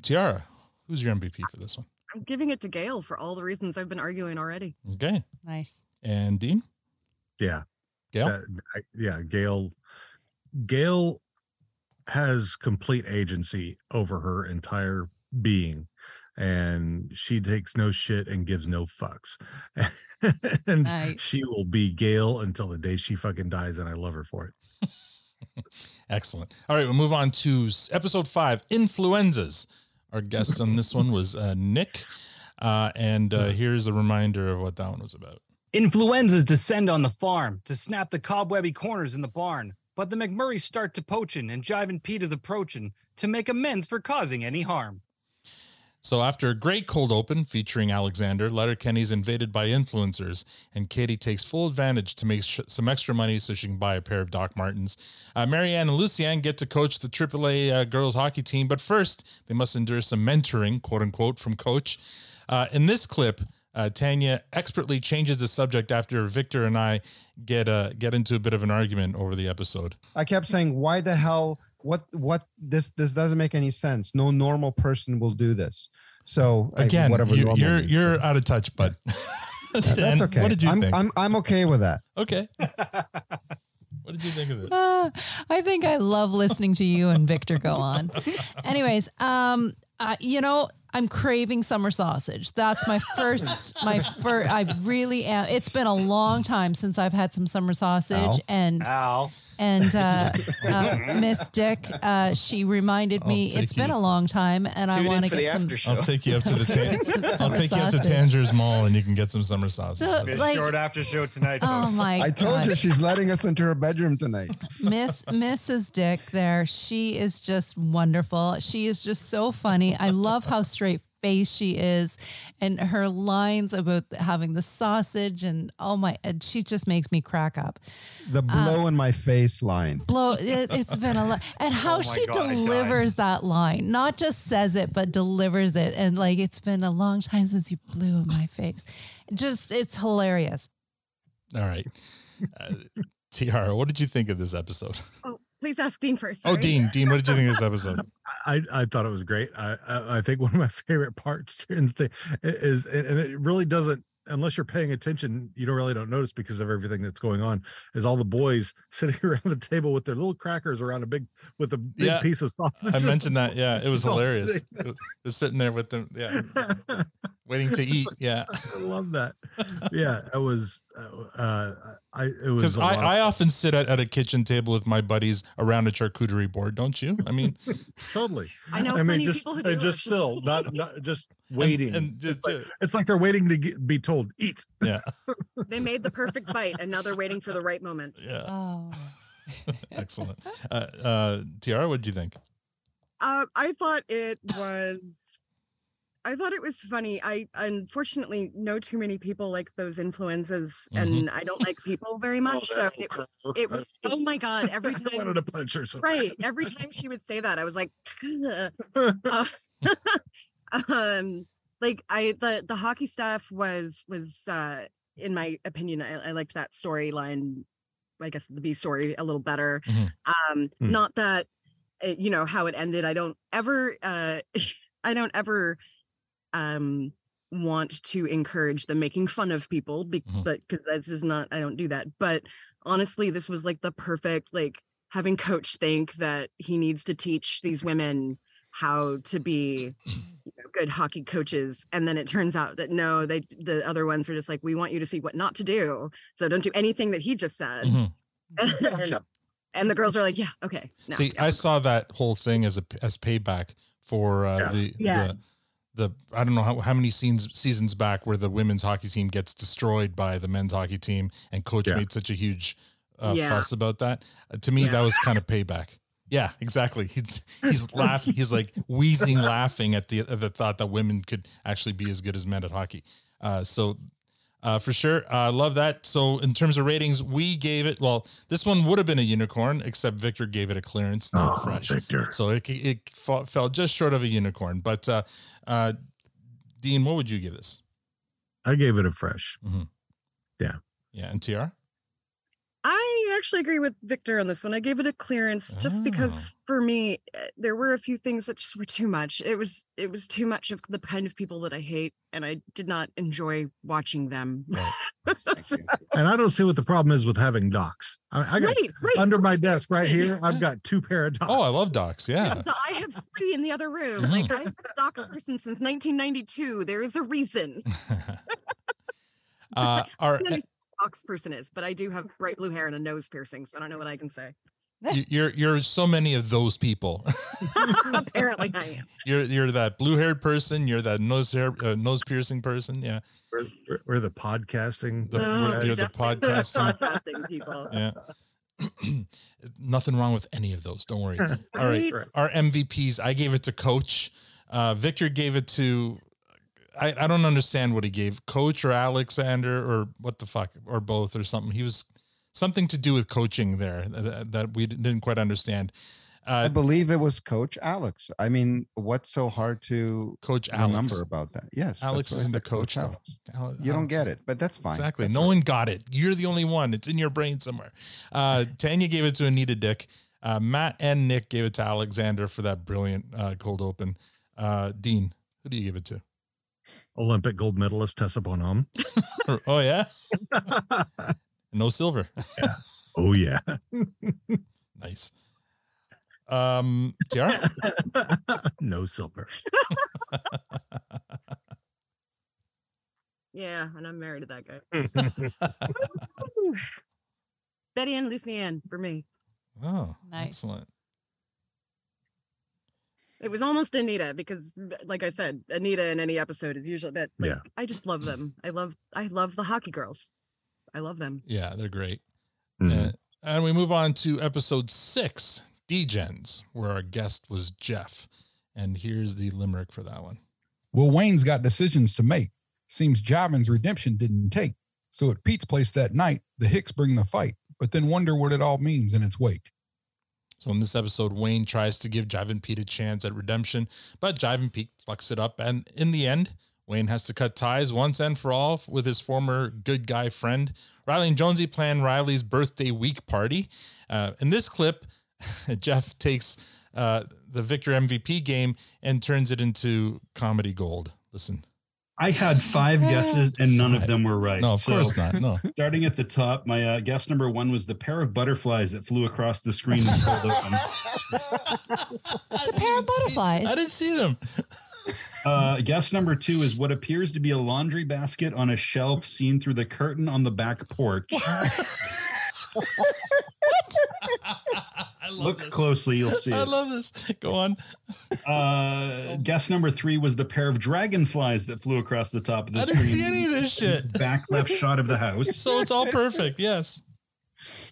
Tiara, who's your MVP for this one? I'm giving it to Gail for all the reasons I've been arguing already. Okay. Nice. And Dean? Yeah. Gail? That- I- yeah, Gail. Gail has complete agency over her entire being, and she takes no shit and gives no fucks. and Right. she will be Gail until the day she fucking dies, and I love her for it. Excellent. All right, we'll move on to s- episode five influenzas. Our guest on this one was uh, Nick. Uh, and uh, here's a reminder of what that one was about. Influenzas descend on the farm to snap the cobwebby corners in the barn, but the McMurrays start to poachin' and Jive and Pete is approaching to make amends for causing any harm. So after a great cold open featuring Alexander, Letterkenny's invaded by influencers, and Katie takes full advantage to make sh- some extra money so she can buy a pair of Doc Martens. Uh, Marianne and Lucianne get to coach the AAA uh, girls hockey team, but first they must endure some mentoring, quote unquote, from coach. Uh, in this clip, uh, Tanya expertly changes the subject after Victor and I get uh, get into a bit of an argument over the episode. I kept saying, "Why the hell? What? What? This? This doesn't make any sense. No normal person will do this." So I- Again, whatever you, normal you're means. you're out of touch, bud. Yeah, that's okay. What did you I'm, think? I'm I'm okay with that. okay. what did you think of it? Ah, I think I love listening to you and Victor go on. Anyways, um, uh, you know, I'm craving summer sausage. That's my first, my first, I really am. It's been a long time since I've had some summer sausage Ow. and, Ow. and, uh, uh, Miss Dick, uh, she reminded me take it's been you- a long time and I Tune in want to for get the some, I'll take you up to the Some tan- I'll summer take you up to sausage. Tangiers Mall, and you can get some summer sausage. So, Been a like- short after show tonight, Oh, folks. my I told you God. she's letting us into her bedroom tonight. Miss Mrs. Dick there. She is just wonderful. She is just so funny. I love how straight faced she is and her lines about having the sausage and oh my and she just makes me crack up. The blow in my face line. Blow it, it's been a lot and how Oh my she God, I died. delivers that line. Not just says it but delivers it and like it's been a long time since you blew in my face. Just it's hilarious. All right. Uh, Tiara, what did you think of this episode? Oh, please ask Dean first. Oh, sorry. Dean, Dean, what did you think of this episode? I, I thought it was great. I, I I think one of my favorite parts in the thing is, and and it really doesn't, unless you're paying attention, you don't really don't notice because of everything that's going on. Is all the boys sitting around the table with their little crackers around a big with a big Yeah, piece of sausage? I in mentioned the- that. Yeah, it was It's all hilarious. sitting It was sitting there with them, yeah, waiting to eat. Yeah, I love that. Yeah, it was. Uh, I it was. because a I, lot of- I often sit at, at a kitchen table with my buddies around a charcuterie board. Don't you? I mean, totally. I know plenty of just, people who they're do just still not, not just waiting. and it's, like, it's like they're waiting to get, be told eat. yeah, They made the perfect bite, and now they're waiting for the right moment. yeah, Oh. excellent. Uh, uh, Tiara, what did you think? Uh, I thought it was. I thought it was funny. I unfortunately know too many people like those influences, Mm-hmm. and I don't like people Oh, very much. so it, it was. Oh my god! Every I wanted time, to punch her. So right? Every time she would say that, I was like, Oh, uh, um, like I the the hockey stuff was was uh, in my opinion, I, I liked that storyline. I guess the B story a little better. Mhm. Um, Hmm. Not that uh, you know how it ended i don't ever uh i don't ever um want to encourage the making fun of people be- Mhm. but because this is not i don't do that but honestly this was like the perfect like having coach think that he needs to teach these women how to be you know, good hockey coaches and then it turns out that no they the other ones were just like we want you to see what not to do so don't do anything that he just said Mm-hmm. Mhm. and, and the girls are like yeah okay no, See, I saw that whole thing as a as payback for uh, Yeah. the, Yes. the the I don't know how, how many scenes seasons back where the women's hockey team gets destroyed by the men's hockey team, and coach Yeah. made such a huge uh, Yeah. fuss about that. Uh, to me, that was kind of payback. Yeah, exactly. He's he's laughing. He's like wheezing, laughing at the at the thought that women could actually be as good as men at hockey. Uh, so uh, for sure. Uh, love that. So, in terms of ratings, we gave it. Well, this one would have been a unicorn, except Victor gave it a clearance, Oh, not fresh. Oh, Victor. So it it fa- fell just short of a unicorn. But uh, uh, Dean, what would you give this? I gave it a fresh. Mhm. Yeah. Yeah, and TR. I actually agree with Victor on this one. I gave it a clearance just Ah. because for me eh, there were a few things that just were too much. It was it was too much of the kind of people that I hate and I did not enjoy watching them. And I don't see what the problem is with having docs. I, I got Right, right. under my desk right here. I've got two pair of docs. Oh, I love docs. Yeah. Mm-hmm. So I have three in the other room. Like I've been a doc person since 1992. There is a reason. Uh, I our, don't understand what a docs person is, but I do have bright blue hair and a nose piercing, so I don't know what I can say. you- you're you're so many of those people. Apparently I am. you're you're that blue haired person. You're that nose hair uh, nose piercing person. Yeah. We're, we're- we're the podcasting. The- Oh, we're- you're the definitely podcasting. podcasting people. yeah. Nothing wrong with any of those. Don't worry. All right. Right. Our MVPs, I gave it to Coach. Uh, Victor gave it to. I, I don't understand what he gave coach or Alexander or what the fuck or both or something. He was something to do with coaching there that, that we didn't quite understand. Uh, I believe it was Coach Alex. I mean, what's so hard to Coach remember Alex. about that? Yes, Alex that's what I isn't the said, coach. though. Alex. Ale- You don't Alex get is- it, but that's fine. Exactly. That's no all right. one got it. You're the only one. It's in your brain somewhere. Uh, Tanya gave it to Anita Dick. Uh, Matt and Nick gave it to Alexander for that brilliant uh, cold open. Uh, Dean, who do you give it to? Olympic gold medalist Tessa Bonham. oh, yeah. no silver. Oh yeah. nice. Um, JR? no silver. Yeah, and I'm married to that guy. Woo. Betty and Lucianne for me. Oh, Nice. excellent. It was almost Anita because, like I said, Anita in any episode is usually. But like, Yeah. I just love them. I love, I love the hockey girls. I love them. Yeah, they're great. Mhm. Mm-hmm. Uh, and we move on to episode six, Dgens, where our guest was Jeff. And here's the limerick for that one. Well, Wayne's got decisions to make. Seems Jobbin's redemption didn't take. So at Pete's place that night, the Hicks bring the fight, but then wonder what it all means in its wake. So in this episode, Wayne tries to give Jive and Pete a chance at redemption, but Jive and Pete fucks it up, and in the end, Wayne has to cut ties once and for all with his former good guy friend. Riley and Jonesy plan Riley's birthday week party. Uh, in this clip, Jeff takes uh, the Victor MVP game and turns it into comedy gold. Listen. I had five Oh. guesses and none of them were right. No, of course not. No. Starting at the top, my uh, guess number one was the pair of butterflies that flew across the screen. And pulled open. It's a pair of butterflies. I didn't see them. Uh, guess number two is what appears to be a laundry basket on a shelf seen through the curtain on the back porch. I love Look closely, you'll see I it. love this. Go on. Uh, guess number three was the pair of dragonflies that flew across the top of the I screen. didn't see any of this shit. Back left shot of the house. So it's all perfect. Yes.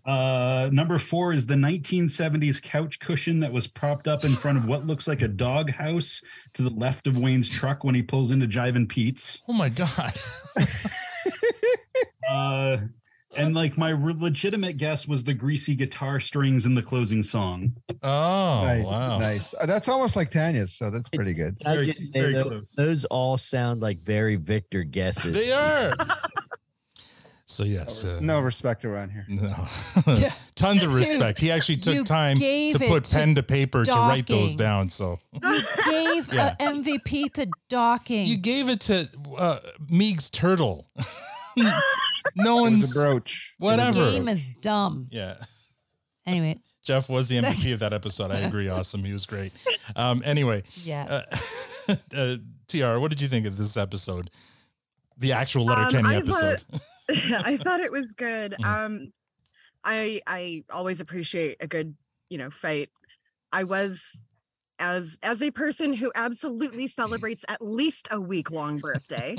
Uh, number four is the 1970s couch cushion that was propped up in front of what looks like a dog house to the left of Wayne's truck when he pulls into Jive and Pete's. Oh my god! uh, and like my re- legitimate guess was the greasy guitar strings in the closing song. Oh, nice, wow. nice. Uh, That's almost like Tanya's, so that's pretty good. Can I just say, tho- those, all sound like very Victor guesses. They are. So yes, uh, No respect around here. No. tons of Dude, respect. He actually you took time gave to it put to pen to paper to write those Docking. down. So We gave Yeah. a MVP to docking. you gave it to uh, Meeg's turtle. no one's brooch. Whatever. The game is dumb. yeah. Anyway, Jeff was the MVP of that episode. I agree. Awesome. He was great. Um, anyway, Yes. uh, uh, TR, what did you think of this episode? The actual Letter Um, Kenny I episode. Thought, I thought it was good. Um, I I always appreciate a good you know fight. I was as as a person who absolutely celebrates at least a week long birthday.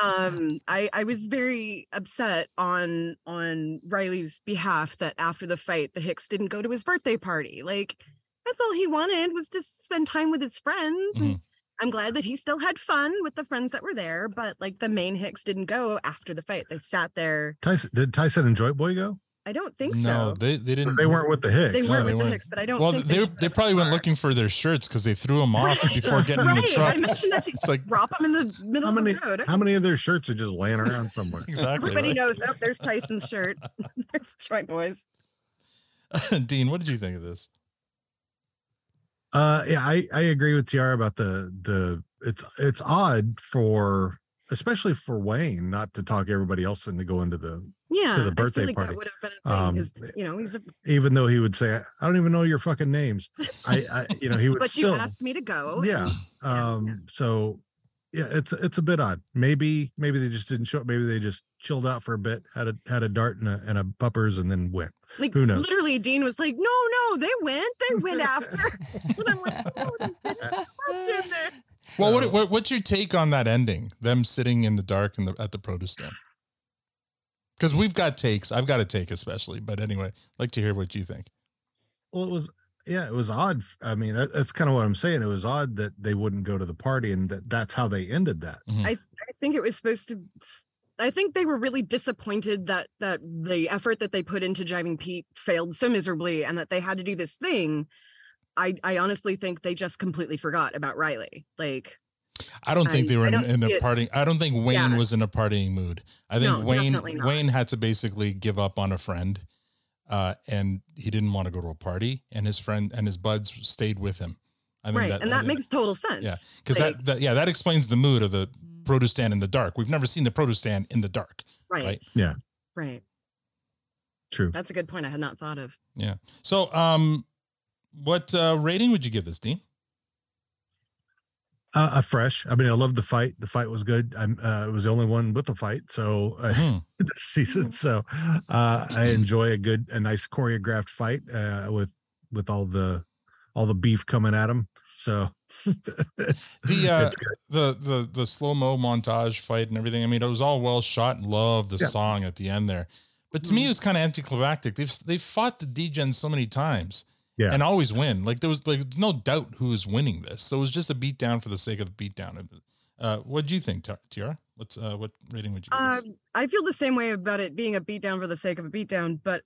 um, I I was very upset on on Riley's behalf that after the fight the Hicks didn't go to his birthday party. Like that's all he wanted was to spend time with his friends. And I'm glad that he still had fun with the friends that were there, but like the main Hicks didn't go after the fight. They sat there. Tyson did Tyson and Joy Boy go? I don't think no, so. they, they didn't. They weren't with the Hicks. They weren't with the Hicks, but I don't Well, think they, they they, probably went looking for their shirts because they threw them off before getting in the Right, truck. I mentioned that to It's like- drop them in the middle How many of the road. how many of their shirts are just laying around somewhere? Exactly. Everybody right? knows. Oh, there's Tyson's shirt. there's Joint Boys. Dean, what did you think of this? Uh, yeah, I I agree with Tiara about the the it's it's odd for especially for Wayne not to talk everybody else into going to the Yeah, to the I birthday feel like party. That would have been a thing. Um, 'cause, you know, he's a, Even though he would say, "I don't even know your fucking names," I, I you know he would but still you asked me to go. yeah. Um. So yeah, it's it's a bit odd. Maybe maybe they just didn't show up. Maybe they just chilled out for a bit, had a had a dart and a and a puppers, and then went. Like Who knows? literally, Dean was like, "No, no, they went. They went after." and I'm like, "No, they didn't. Left him there." Well, what, what what's your take on that ending? Them sitting in the dark in the at the produce stand. Because we've got takes. I've got a take especially, but anyway, I'd like to hear what you think. Well, it was yeah, it was odd. I mean, that, that's kind of what I'm saying. It was odd that they wouldn't go to the party and that that's how they ended that. I, th- I think it was supposed to. I think they were really disappointed that that the effort that they put into Jiving Pete failed so miserably, and that they had to do this thing. I I honestly think they just completely forgot about Riley. Like I don't think I- they were I in, don't in see a it. partying. I don't think Wayne Yeah. was in a partying mood. I think No, definitely Wayne not. Wayne had to basically give up on a friend, uh, and he didn't want to go to a party, and his friend and his buds stayed with him. I think right, and I that think- makes total sense. yeah, because that, that yeah that explains the mood of the produce stand in the dark. We've never seen the produce stand in the dark. Right. Yeah. Right. True. That's a good point. I had not thought of. Yeah. So, um, what uh, rating would you give this, Dean? Uh, uh, fresh. I mean, I love the fight. The fight was good. I'm, uh, it was the only one with the fight. So uh, Hmm. this season. So uh, I enjoy a good, a nice choreographed fight uh, with, with all the, all the beef coming at him. So it's The uh, it's good. the the the slow mo montage fight and everything. I mean, it was all well shot. and Love the Yeah. Mm-hmm. song at the end there, but to me, it was kind of anticlimactic. They've they've fought the D-Gen so many times. Yeah. And always win. Like there was like no doubt who was winning this. So it was just a beatdown for the sake of the beatdown. Uh, what do you think, Ti- Tiara? What's uh, what rating would you give? this? Um, I feel the same way about it being a beatdown for the sake of a beatdown, but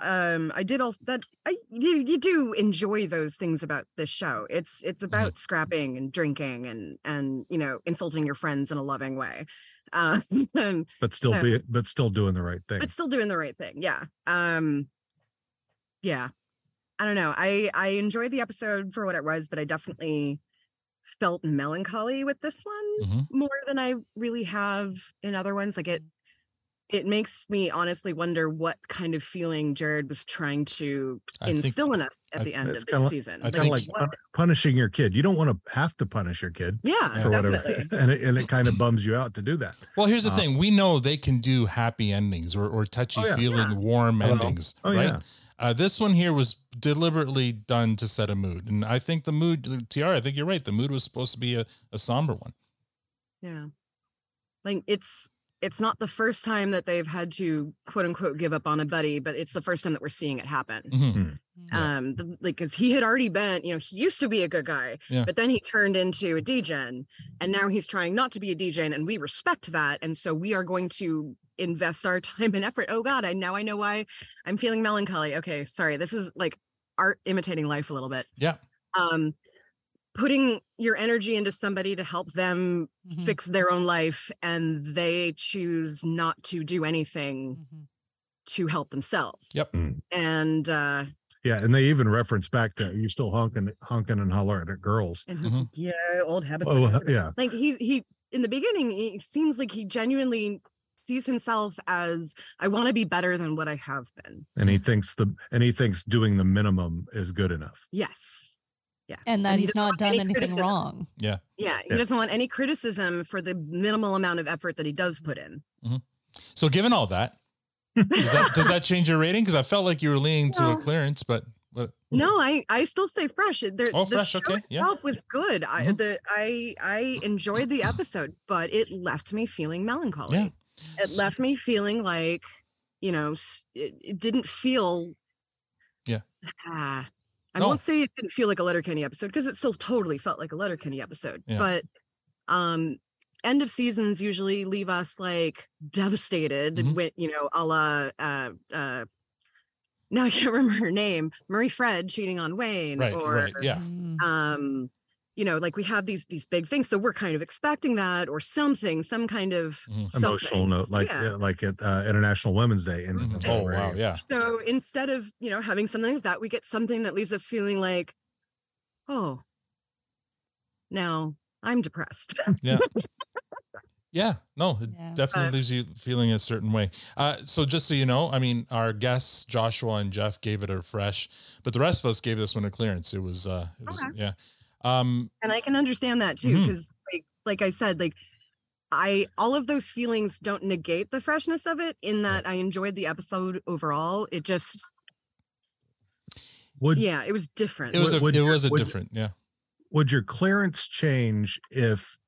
um, I did also that. I you, you do enjoy those things about this show. It's it's about scrapping and drinking and and you know insulting your friends in a loving way, um, but still so- be, but still doing the right thing. but still doing the right thing. Yeah. Um, yeah. I don't know. I I enjoyed the episode for what it was, but I definitely felt melancholy with this one Mhm. more than I really have in other ones. Like it Mm. it makes me honestly wonder what kind of feeling Jared was trying to I think- instill in us at I- the end it's of kinda the like- season. I kind of like what- pun- punishing your kid. You don't want to have to punish your kid. Yeah, for whatever. definitely. And it, and it kind of bums you out to do that. Well, here's the Uh, thing: we know they can do happy endings or, or touchy Oh, yeah. feeling, warm Hello. endings, Oh, right? yeah. Uh, this one here was deliberately done to set a mood, and I think the mood, Tiara, I think you're right. The mood was supposed to be a, a somber one. Yeah. Like it's it's not the first time that they've had to quote unquote give up on a buddy, but it's the first time that we're seeing it happen. Mm-hmm. Um, the, like because he had already been, you know, he used to be a good guy, Yeah. but then he turned into a DGen, and now he's trying not to be a DGen, and we respect that, and so we are going to invest our time and effort. Oh God, I now I know why I'm feeling melancholy. Okay, sorry, this is like art imitating life a little bit Yeah. um, putting your energy into somebody to help them Mm-hmm. Mm-hmm. fix their own life and they choose not to do anything Mm-hmm. to help themselves Yep. and uh Yeah, and they even reference back to you still honking, honking and hollering at girls. and he's Mm-hmm. like, yeah old habits Oh, are uh, good." yeah. like he he in the beginning it seems like he genuinely sees himself as i want to be better than what i have been And he thinks the and he thinks doing the minimum is good enough. yes yes And that he he's doesn't not want done any anything criticism. wrong. Yeah. yeah he Yeah. doesn't want any criticism for the minimal amount of effort that he does put in So, given all that, does that, does that change your rating? Because I felt like you were leaning to a No. clearance, but, but No, I I still say fresh. It- There, Oh, the fresh, show okay, yeah. itself was good. I Mhm. the I I enjoyed the episode, but it left me feeling melancholy. Yeah. It left me feeling like, you know, s- it, it didn't feel. Yeah. Ah, I No. won't say it didn't feel like a Letterkenny episode because it still totally felt like a Letterkenny episode. Yeah. But, um, end of seasons usually leave us like devastated Mhm. with you know a la uh uh now I can't remember her name, Marie Fred cheating on Wayne, right, or right, yeah, um, you know, like we have these these big things, so we're kind of expecting that or something, some kind of Mm-hmm. Emotional something. note, like Yeah. uh, like at uh, International Women's Day. And Oh, wow, yeah. So instead of you know having something like that, we get something that leaves us feeling like, oh, now I'm depressed. yeah. Yeah, no, it definitely Uh, leaves you feeling a certain way. Uh, so just so you know, I mean, our guests Joshua and Jeff gave it a fresh, but the rest of us gave this one a clearance. It was, uh, it was, Okay. yeah. Um, and I can understand that too, Mhm. because like like I said, like I all of those feelings don't negate the freshness of it. In that I enjoyed the episode overall. It just Would yeah, it was different. it was, a, Would- it was a would- different, yeah. would your clearance change if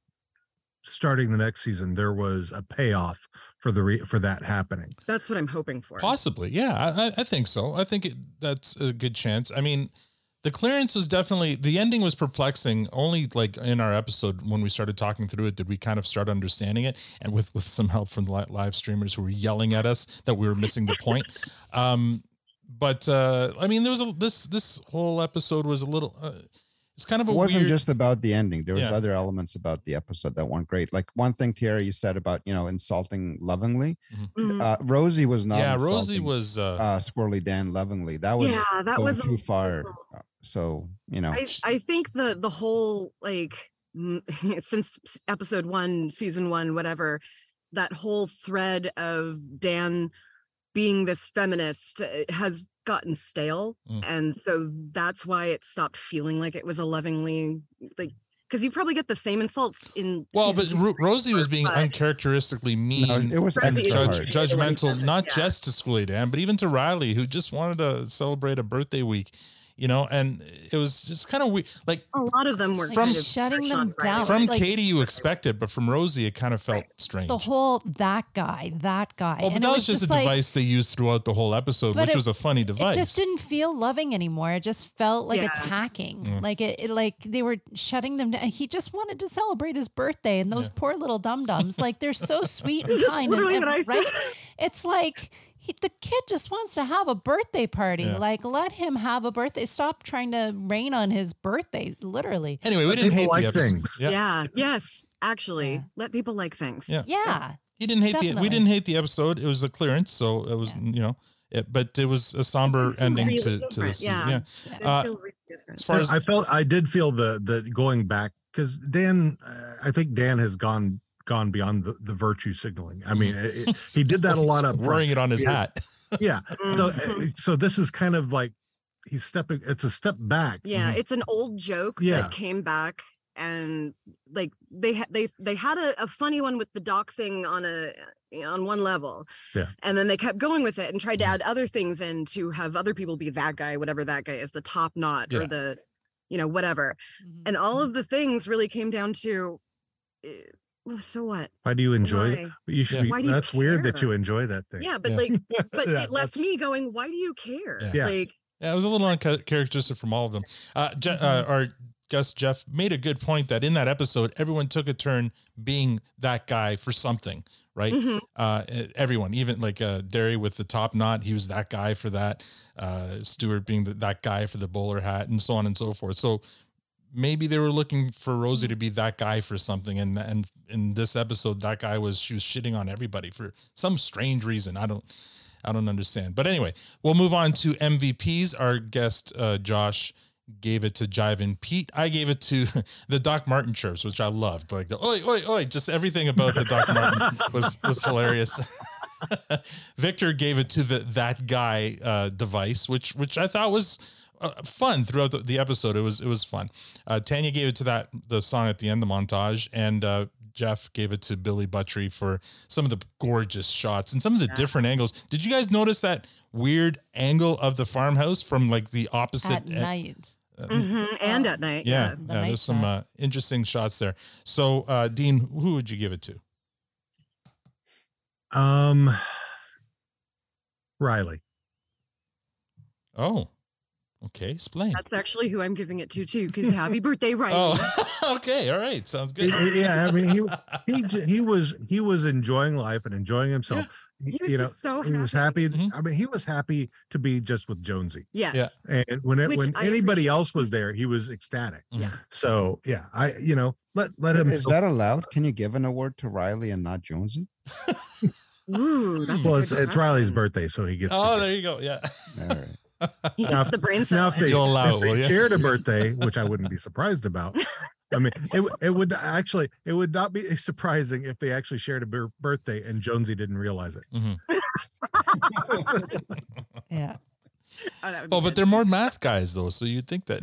starting the next season there was a payoff for the re- for that happening? That's what I'm hoping for. Possibly, yeah. I, I- I think so. I think it, that's a good chance. I mean, the clearance was definitely the ending was perplexing. Only like in our episode when we started talking through it did we kind of start understanding it, and with with some help from the li- live streamers who were yelling at us that we were missing the point. Um, but uh, I mean, there was a, this this whole episode was a little. Uh, it's kind of a it wasn't weird- just about the ending. There was Yeah. other elements about the episode that weren't great. Like one thing, Tiara, you said about you know insulting lovingly. Mhm. Uh, Rosie was not. Mm. Yeah, Rosie insulting, was, uh, Squirrely Dan lovingly. That was Yeah, that going was a too far. Uh, So you know, I, I think the the whole like m- since s- episode one, season one, whatever, that whole thread of Dan being this feminist uh, has gotten stale, Mm. and so that's why it stopped feeling like it was a lovingly like because you probably get the same insults in Well, season but two. Ro- Rosie was being but- uncharacteristically mean. it was and extra judge- hard. judgmental, not Yeah. just to Schoolie Dan, but even to Riley, who just wanted to celebrate a birthday week. You know, and it was just kind of weird. Like a lot of them were From- kind of Shutting harsh them on Riley. down. from Oh, Like- Katie, you expect it, but from Rosie, it kind of felt strange. The whole that guy, that guy. well, but And that it was, just, a like- device they used throughout the whole episode, But which it- was a funny device. It just didn't feel loving anymore. It just felt like Yeah. attacking. Mm. Like it, it- like they were shutting them down. He just wanted to celebrate his birthday, and those poor little dum dums, like they're so sweet and That's kind, and- literally what and- I said. right? It's like. He, the kid just wants to have a birthday party. Yeah. Like, let him have a birthday. Stop trying to rain on his birthday. Literally. anyway, we But didn't people hate like the episode. things. Yeah. Yeah. Yes. Actually, let people like things. Yeah. Yeah. He didn't hate the. Definitely. We didn't hate the episode. It was a clearance, so it was you know. It, but it was a somber ending Really to, to the different, season. yeah. Yeah. They Uh, feel really different. as far as I felt I did feel the the going back because Dan, uh, I think Dan has gone gone beyond the, the virtue signaling. I mean, it, it- he did that a lot up. front. wearing it on his Yes. hat. Yeah. So, uh, eh, Mhm. so this is kind of like he's stepping. It's a step back. Yeah, it's an old joke Yeah. that came back and like they ha- they they had a, a funny one with the doc thing on a eh, on one level. Yeah. And then they kept going with it and tried to add other things in to have other people be that guy, whatever that guy is, the top knot Yeah. or the you know, whatever. And Mm-hmm. all of the things really came down to eh, well, so what? Why do you enjoy? it? Why? You should Yeah. be. Why do you that's weird that care? you enjoy that thing. Yeah, but Yeah. like but Yeah, it left me going, why do you care? Yeah. Yeah. Like Yeah, it was a little uncharacteristic from all of them. Uh, Je- uh, our guest Jeff made a good point that in that episode, everyone took a turn being that guy for something, right? mhm. Uh, e- everyone, even like uh, Derry with the top knot, he was that guy for that. Uh, Stewart being the, that guy for the bowler hat, and so on and so forth. So maybe they were looking for Rosie to be that guy for something, and and in this episode, that guy was she was shitting on everybody for some strange reason. I don't. I don't understand. But anyway, we'll move on to MVPs. Our guest uh, Josh gave it to Jive and Pete. I gave it to the Doc Martin chirps, which I loved. Like the oi oi oi, just everything about the Doc Martin was was hilarious. Victor gave it to the that guy uh, device, which which I thought was uh, fun throughout the, the episode. It was it was fun. Uh, Tanya gave it to that the song at the end, the montage, and uh, Jeff gave it to Billy Buttrey for some of the gorgeous shots and some of the different angles. Did you guys notice that weird angle of the farmhouse from like the opposite? At e- night. Mm-hmm. uh, mhm, and at night. Yeah, the yeah, night there's some uh, interesting shots there. So, uh, Dean, who would you give it to? Um, Riley. Oh, okay, explain. That's actually who I'm giving it to too. Because happy birthday, Riley. Oh, okay, all right, sounds good. Yeah, yeah, I mean, he he j- he was he was enjoying life and enjoying himself. He was just so he was happy. Mm-hmm. I mean, he was happy to be just with Jonesy. Yes. Yeah. And when it, Which when I anybody else was there, he was ecstatic. Yes. So yeah, I you know let let him. is that allowed? Can you give an award to Riley and not Jonesy? Ooh, that's a well, good it's it's question. Riley's birthday, so he gets. to Oh, get- there you go. Yeah. All right. He Now, gets the brain now cell. if they, You'll allow if it, will they ya? shared a birthday, which I wouldn't be surprised about. I mean, it w- it would actually it would not be surprising if they actually shared a bir- birthday and Jonesy didn't realize it. Yeah. Oh, that would be Oh, but good. they're more math guys though, so you'd think that.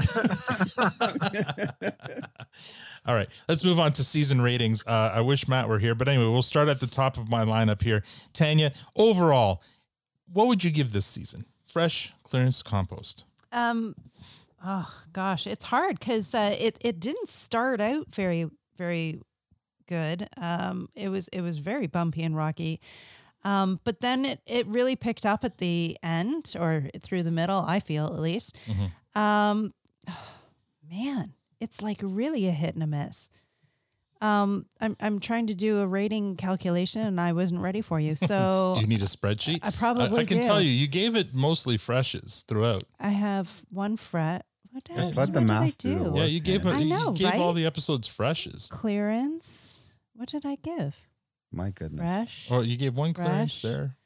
All right, let's move on to season ratings. Uh, I wish Matt were here, but anyway, we'll start at the top of my lineup here. Tanya, overall, what would you give this season? Fresh clearance compost. Um, oh gosh, it's hard because uh, it it didn't start out very very good. Um, it was it was very bumpy and rocky, um, but then it it Mm-hmm. really picked up at the end or through the middle. I feel at least. Um, man, it's like really a hit and a miss. Um, I'm I'm trying to do a rating calculation and I wasn't ready for you. So do you need a spreadsheet? I probably I can do. tell you, you gave it mostly freshes throughout. I have one fret. What did, Just I, let what the did I math do? Yeah, you gave it. I know, you gave right? all the episodes freshes, clearance. What did I give? My goodness. Fresh. or you gave one clearance Fresh. there.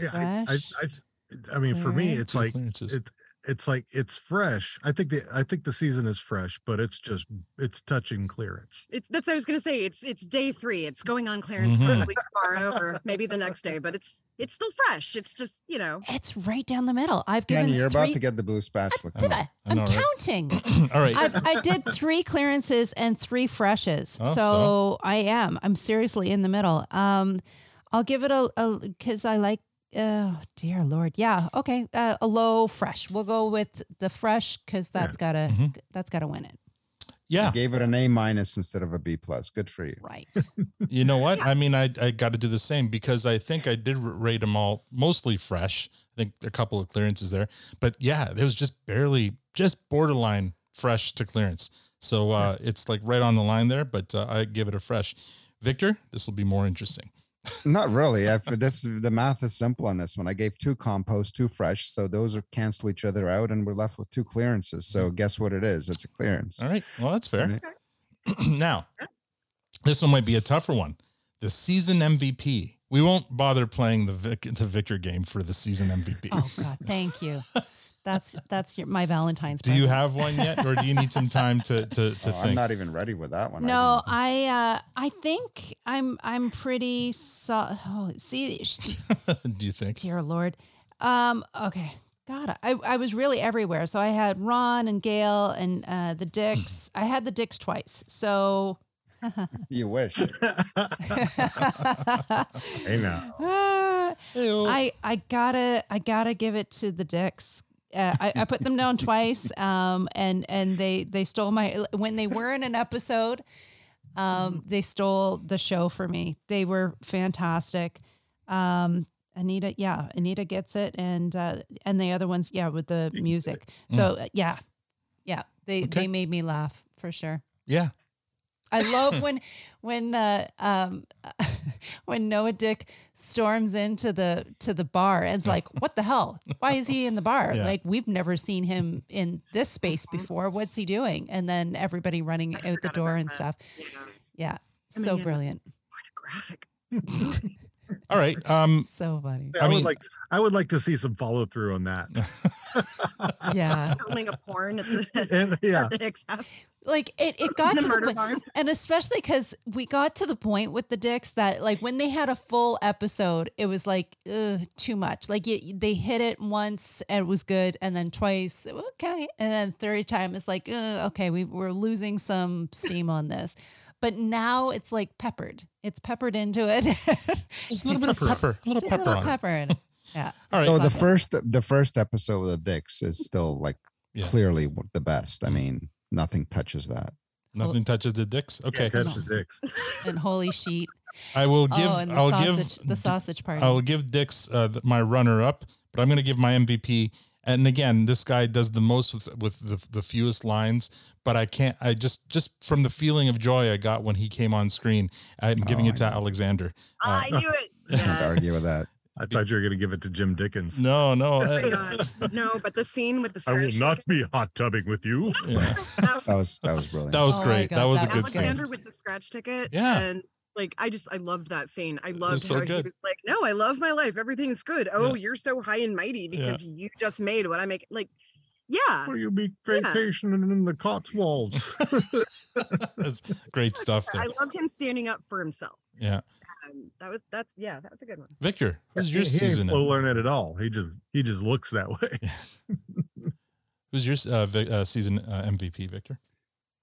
Yeah, I, I, Fresh. I, I mean, for me, Alright. it's like Clearances. it, it's like it's fresh. I think the I think the season is fresh, but it's just it's touching clearance. It's that's what I was gonna say. It's it's day three. It's going on clearance Mhm. probably tomorrow or maybe the next day, but it's it's still fresh. It's just you know. It's right down the middle. I've given Kenny, you're three. about to get the blue spatula. I'm counting. All right. I've, I did three clearances and three freshes. Oh, so, I am. I'm seriously in the middle. Um, I'll give it a because I like. Oh dear lord, yeah. Okay, uh, a low fresh. We'll go with the fresh because that's gotta that's gotta win it. Yeah. You gave it an A minus instead of a B plus. Good for you. Right. You know what? I mean, I I got to do the same because I think I did rate them all mostly fresh. I think a couple of clearances there, but yeah, it was just barely, just borderline fresh to clearance. So uh, it's like right on the line there, but uh, I give it a fresh. Victor, this will be more interesting. Not really. I, for this, the math is simple on this one. I gave two compost, two fresh, so those are cancel each other out, and we're left with two clearances. So guess what it is? It's a clearance. Mm-hmm. All right. Well, that's fair. now, this one might be a tougher one. The season MVP. We won't bother playing the Vic, the Victor game for the season MVP. Oh god, thank you. That's that's your, my Valentine's. Do you present. have one yet, or do you need some time to to, to Oh, think? I'm not even ready with that one. No, I uh, I think I'm I'm pretty so. Oh, see, sh- do you think? dear Lord. Um, okay, God, I I was really everywhere. So I had Ron and Gail and uh, the Dicks. I had the Dicks twice. So You wish. hey now. Ah, I I gotta I gotta give it to the Dicks. Uh, I, I put them down twice, um, and and they they stole my when they were in an episode. Um, they stole the show for me. They were fantastic. Um, Anita, yeah, Anita gets it, and uh, and the other ones, yeah, with the music. So uh, yeah, yeah, they Okay. they made me laugh for sure. Yeah. I love when when uh, um, when Noah Dick storms into the to the bar and it's like, "What the hell? Why is he in the bar? Yeah. Like we've never seen him in this space Uh-huh. before. What's he doing?" And then everybody running out the door and stuff. Yeah, I so mean, brilliant. All right. Um, so funny. I, would like I would like to see some follow through on that. yeah. Filming a porn at the, And- yeah. at the Hicks house. Like it, it got The to murder the point, barn. and especially because we got to the point with the dicks that like when they had a full episode, it was like ugh, too much. Like you, they hit it once and it was good, and then twice okay, and then third time it's like ugh, okay, we we're losing some steam on this. But now it's like peppered. It's peppered into it. Just a little bit of pepper. A little Just pepper A little on it. pepper in it. Yeah. So the first, the first episode of the Dicks is still like Yeah. Mm. clearly the best. I mean, nothing touches that. Nothing touches the dicks. Okay. touch the dicks. and holy sheet. I will give. oh, and the I'll sausage, give the sausage party. I will give Dix uh, th- my runner up, but I'm going to give my MVP. And again, this guy does the most with with the, the fewest lines. But I can't. I just just from the feeling of joy I got when he came on screen, I'm giving it to Alexander. Uh, I knew it. Can't argue with that. I thought you were going to give it to Jim Dickens. No, no. Hang uh, on. No, but the scene with the I will Scottish not be hot tubbing with you. Yeah. that was that was brilliant. That was Oh my great. God, that was that a good was scene. Alexander with the scratch ticket. Yeah. And like I just I loved that scene. I was loved so how he good. was like, No, I love my life. Everything's good. Oh, you're so high and mighty Yeah. because you just made what I make like yeah. Will you be Yeah. vacationing in the Cotswolds? That's great stuff there. I loved him standing up for himself. Yeah, Um, that was that's yeah, that was a good one. Victor, who's He- your he ain't season? slow learning at all. He just he just looks that way. Who's your uh, Vic, uh, season uh, MVP, Victor?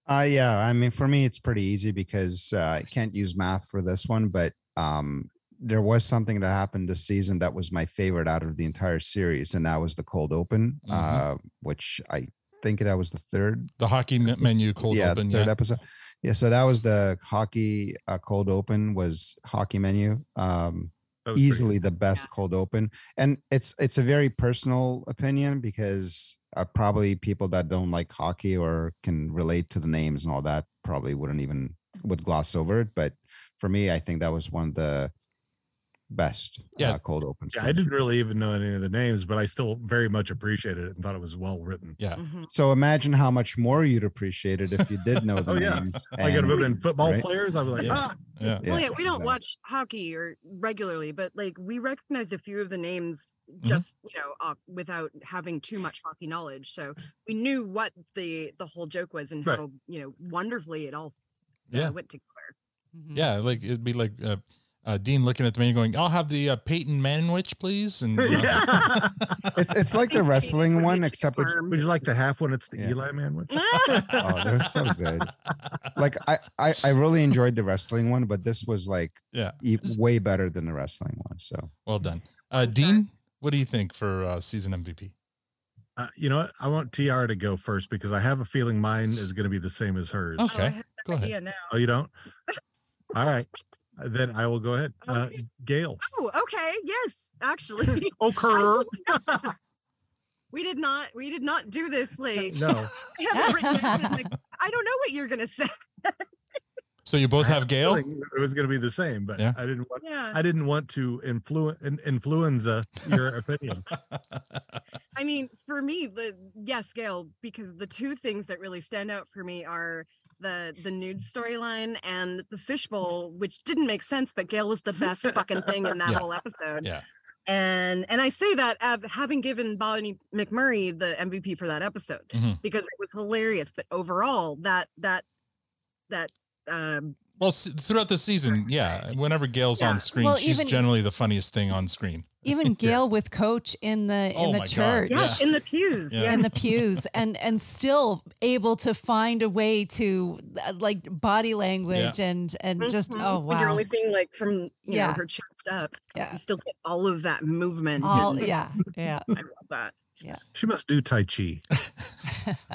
Uh, yeah, I mean, for me, it's pretty easy because uh, I can't use math for this one, but um, there was something that happened this season that was my favorite out of the entire series, and that was the cold open, Mm-hmm. uh, which I think that was the third The hockey me- menu cold yeah, open. third Yeah. episode. Yeah, so that was the hockey uh, cold open was hockey menu. Um, That was pretty easily the best cold open, and it's it's a very personal opinion because uh, probably people that don't like hockey or can relate to the names and all that probably wouldn't even would gloss over it. But for me, I think that was one of the best Yeah. uh, cold opens. Yeah, for I me. didn't really even know any of the names, but I still very much appreciated it and thought it was well written. Yeah. Mm-hmm. So imagine how much more you'd appreciate it if you did know the Oh, yeah. names. I could have and- put in football right? players. I was like, Yes. ah. Yeah. well, yeah, we don't watch hockey or regularly, but like we recognize a few of the names Mm-hmm. just you know off, without having too much hockey knowledge. So we knew what the the whole joke was and Right. how you know wonderfully it all uh, Yeah. went together. Yeah, like it'd be like uh, uh, Dean looking at the menu going, "I'll have the uh, Peyton Manwich, please." And uh, you know, It's it's like the wrestling one, except it- Would you like the half one? It's the Eli man one. oh, they're so good. Like I, I, I really enjoyed the wrestling one, but this was like Yeah. e- way better than the wrestling one. So well done, uh, Dean. What do you think for uh, season MVP? Uh, you know what? I want TR to go first because I have a feeling mine is going to be the same as hers. Okay. Oh, I have go ahead. idea now. Oh, you don't? All right. Then I will go ahead. Uh, Gail. Oh, okay. Yes, actually. Occur. we did not. We did not do this, like No. I, haven't written it down, like, I don't know what you're gonna say. So you both have Gail. It was going to be the same, but I didn't want. Yeah. I didn't want to influence influenza your opinion. I mean, for me, the yes, Gail, because the two things that really stand out for me are the the nude storyline and the fishbowl, which didn't make sense, but Gail was the best fucking thing in that Yeah. whole episode. Yeah. And and I say that av- having given Bonnie McMurray the MVP for that episode Mhm. because it was hilarious. But overall, that that that um, Well, s- throughout the season, yeah, whenever Gail's Yeah. on screen, Well, she's even- generally the funniest thing on screen. Even Gail with Coach in the in Oh my the God, church, Yes, yeah. in the pews, Yeah. in the yes. pews, and and still able to find a way to uh, like body language and and just Mhm. oh When You're wow, only seeing like from you Yeah. know her chest up. You still get all of that movement. all yeah yeah I love that. yeah. She must do tai chi.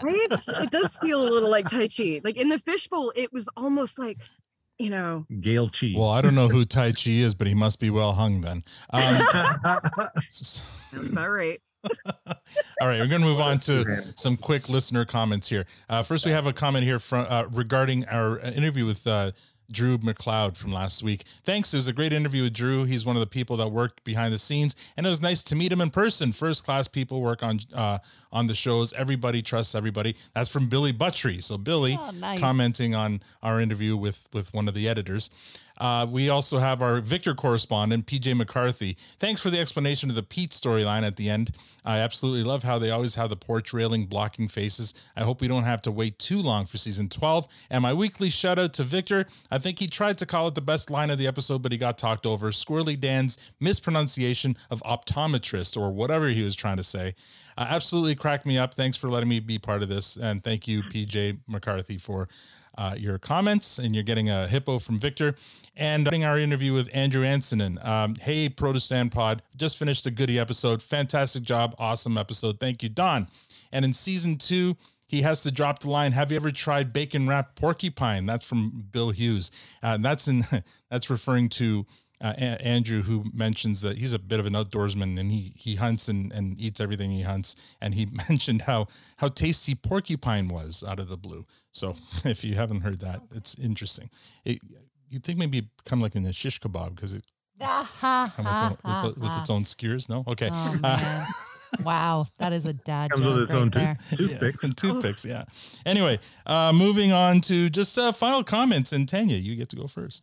Right? it does feel a little like Tai Chi. Like in the fishbowl, it was almost like, you know, Gail Chi. Well, I don't know who Tai Chi is, but he must be well hung then. Um, sounds about right. All right, we're going to move on to some quick listener comments here. Uh, first, we have a comment here from uh, regarding our interview with uh, Drew McLeod from last week. Thanks, it was a great interview with Drew. He's one of the people that worked behind the scenes, and it was nice to meet him in person. First class people work on uh, on the shows. Everybody trusts everybody. That's from Billy Buttry. So Billy Oh, nice. commenting on our interview with with one of the editors. Uh, we also have our Victor correspondent, PJ McCarthy. Thanks for the explanation of the Pete storyline at the end. I absolutely love how they always have the porch railing blocking faces. I hope we don't have to wait too long for season 12. And my weekly shout out to Victor. I think he tried to call it the best line of the episode, but he got talked over. Squirrely Dan's mispronunciation of optometrist or whatever he was trying to say. Uh, absolutely cracked me up. Thanks for letting me be part of this. And thank you, PJ McCarthy, for uh, your comments, and you're getting a hippo from Victor. And during our interview with Andrew Ansonen, um, hey, Protostan Pod, just finished a goody episode. Fantastic job. Awesome episode. Thank you, Don. And in season two, he has to drop the line. Have you ever tried bacon wrapped porcupine? That's from Bill Hughes. Uh, that's in that's referring to uh, a- Andrew, who mentions that he's a bit of an outdoorsman and he he hunts and, and eats everything he hunts, and he mentioned how how tasty porcupine was out of the blue. So if you haven't heard that, it's interesting. It, you'd think maybe it'd become like in a shish kebab because it Ah, ha, comes with, ha, its own- with, with its own skewers. No, okay. Oh, Uh, man. wow, that is a dad Comes with joke its right own there. tooth- toothpicks. Yeah, toothpicks, yeah. Anyway, uh, moving on to just uh, final comments. And Tanya, you get to go first.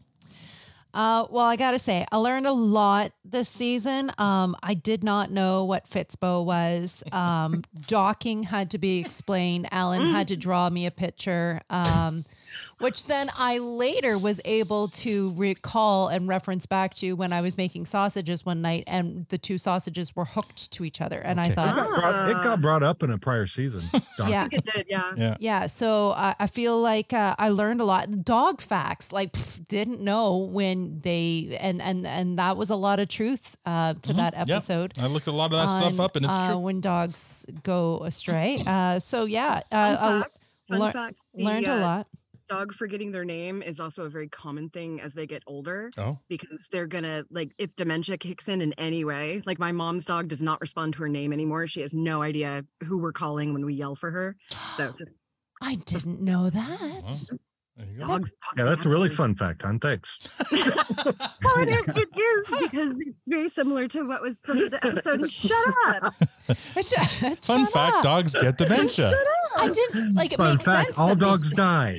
Uh, well, I gotta say, I learned a lot this season. Um, I did not know what Fitzbo was. Um, docking had to be explained. Alan had to draw me a picture, um, which then I later was able to recall and reference back to when I was making sausages one night, and the two sausages were hooked to each other, and I Okay. thought, it got, brought, it got brought up in a prior season. Doc. Ah. yeah. yeah. Yeah. So uh, I feel like uh, I learned a lot. Dog facts, like pff, didn't know when they and and and that was a lot of truth uh, to that Mm-hmm. Yep. episode. I looked a lot of that stuff on, up, and it's uh, true. when dogs go astray. Uh, so yeah, uh, I Fun lear- fact, the, learned a uh, lot. dog forgetting their name is also a very common thing as they get older. Oh. Because they're gonna like if dementia kicks in in any way. Like my mom's dog does not respond to her name anymore. She has no idea who we're calling when we yell for her. So I didn't know that. Mm-hmm. dogs, Yeah, that's a really fun fact, hon. Thanks. Well, it, it is because it's very similar to what was from the episode. Shut up. Fun fact: dogs get dementia. I didn't like it makes sense. all that they- dogs die.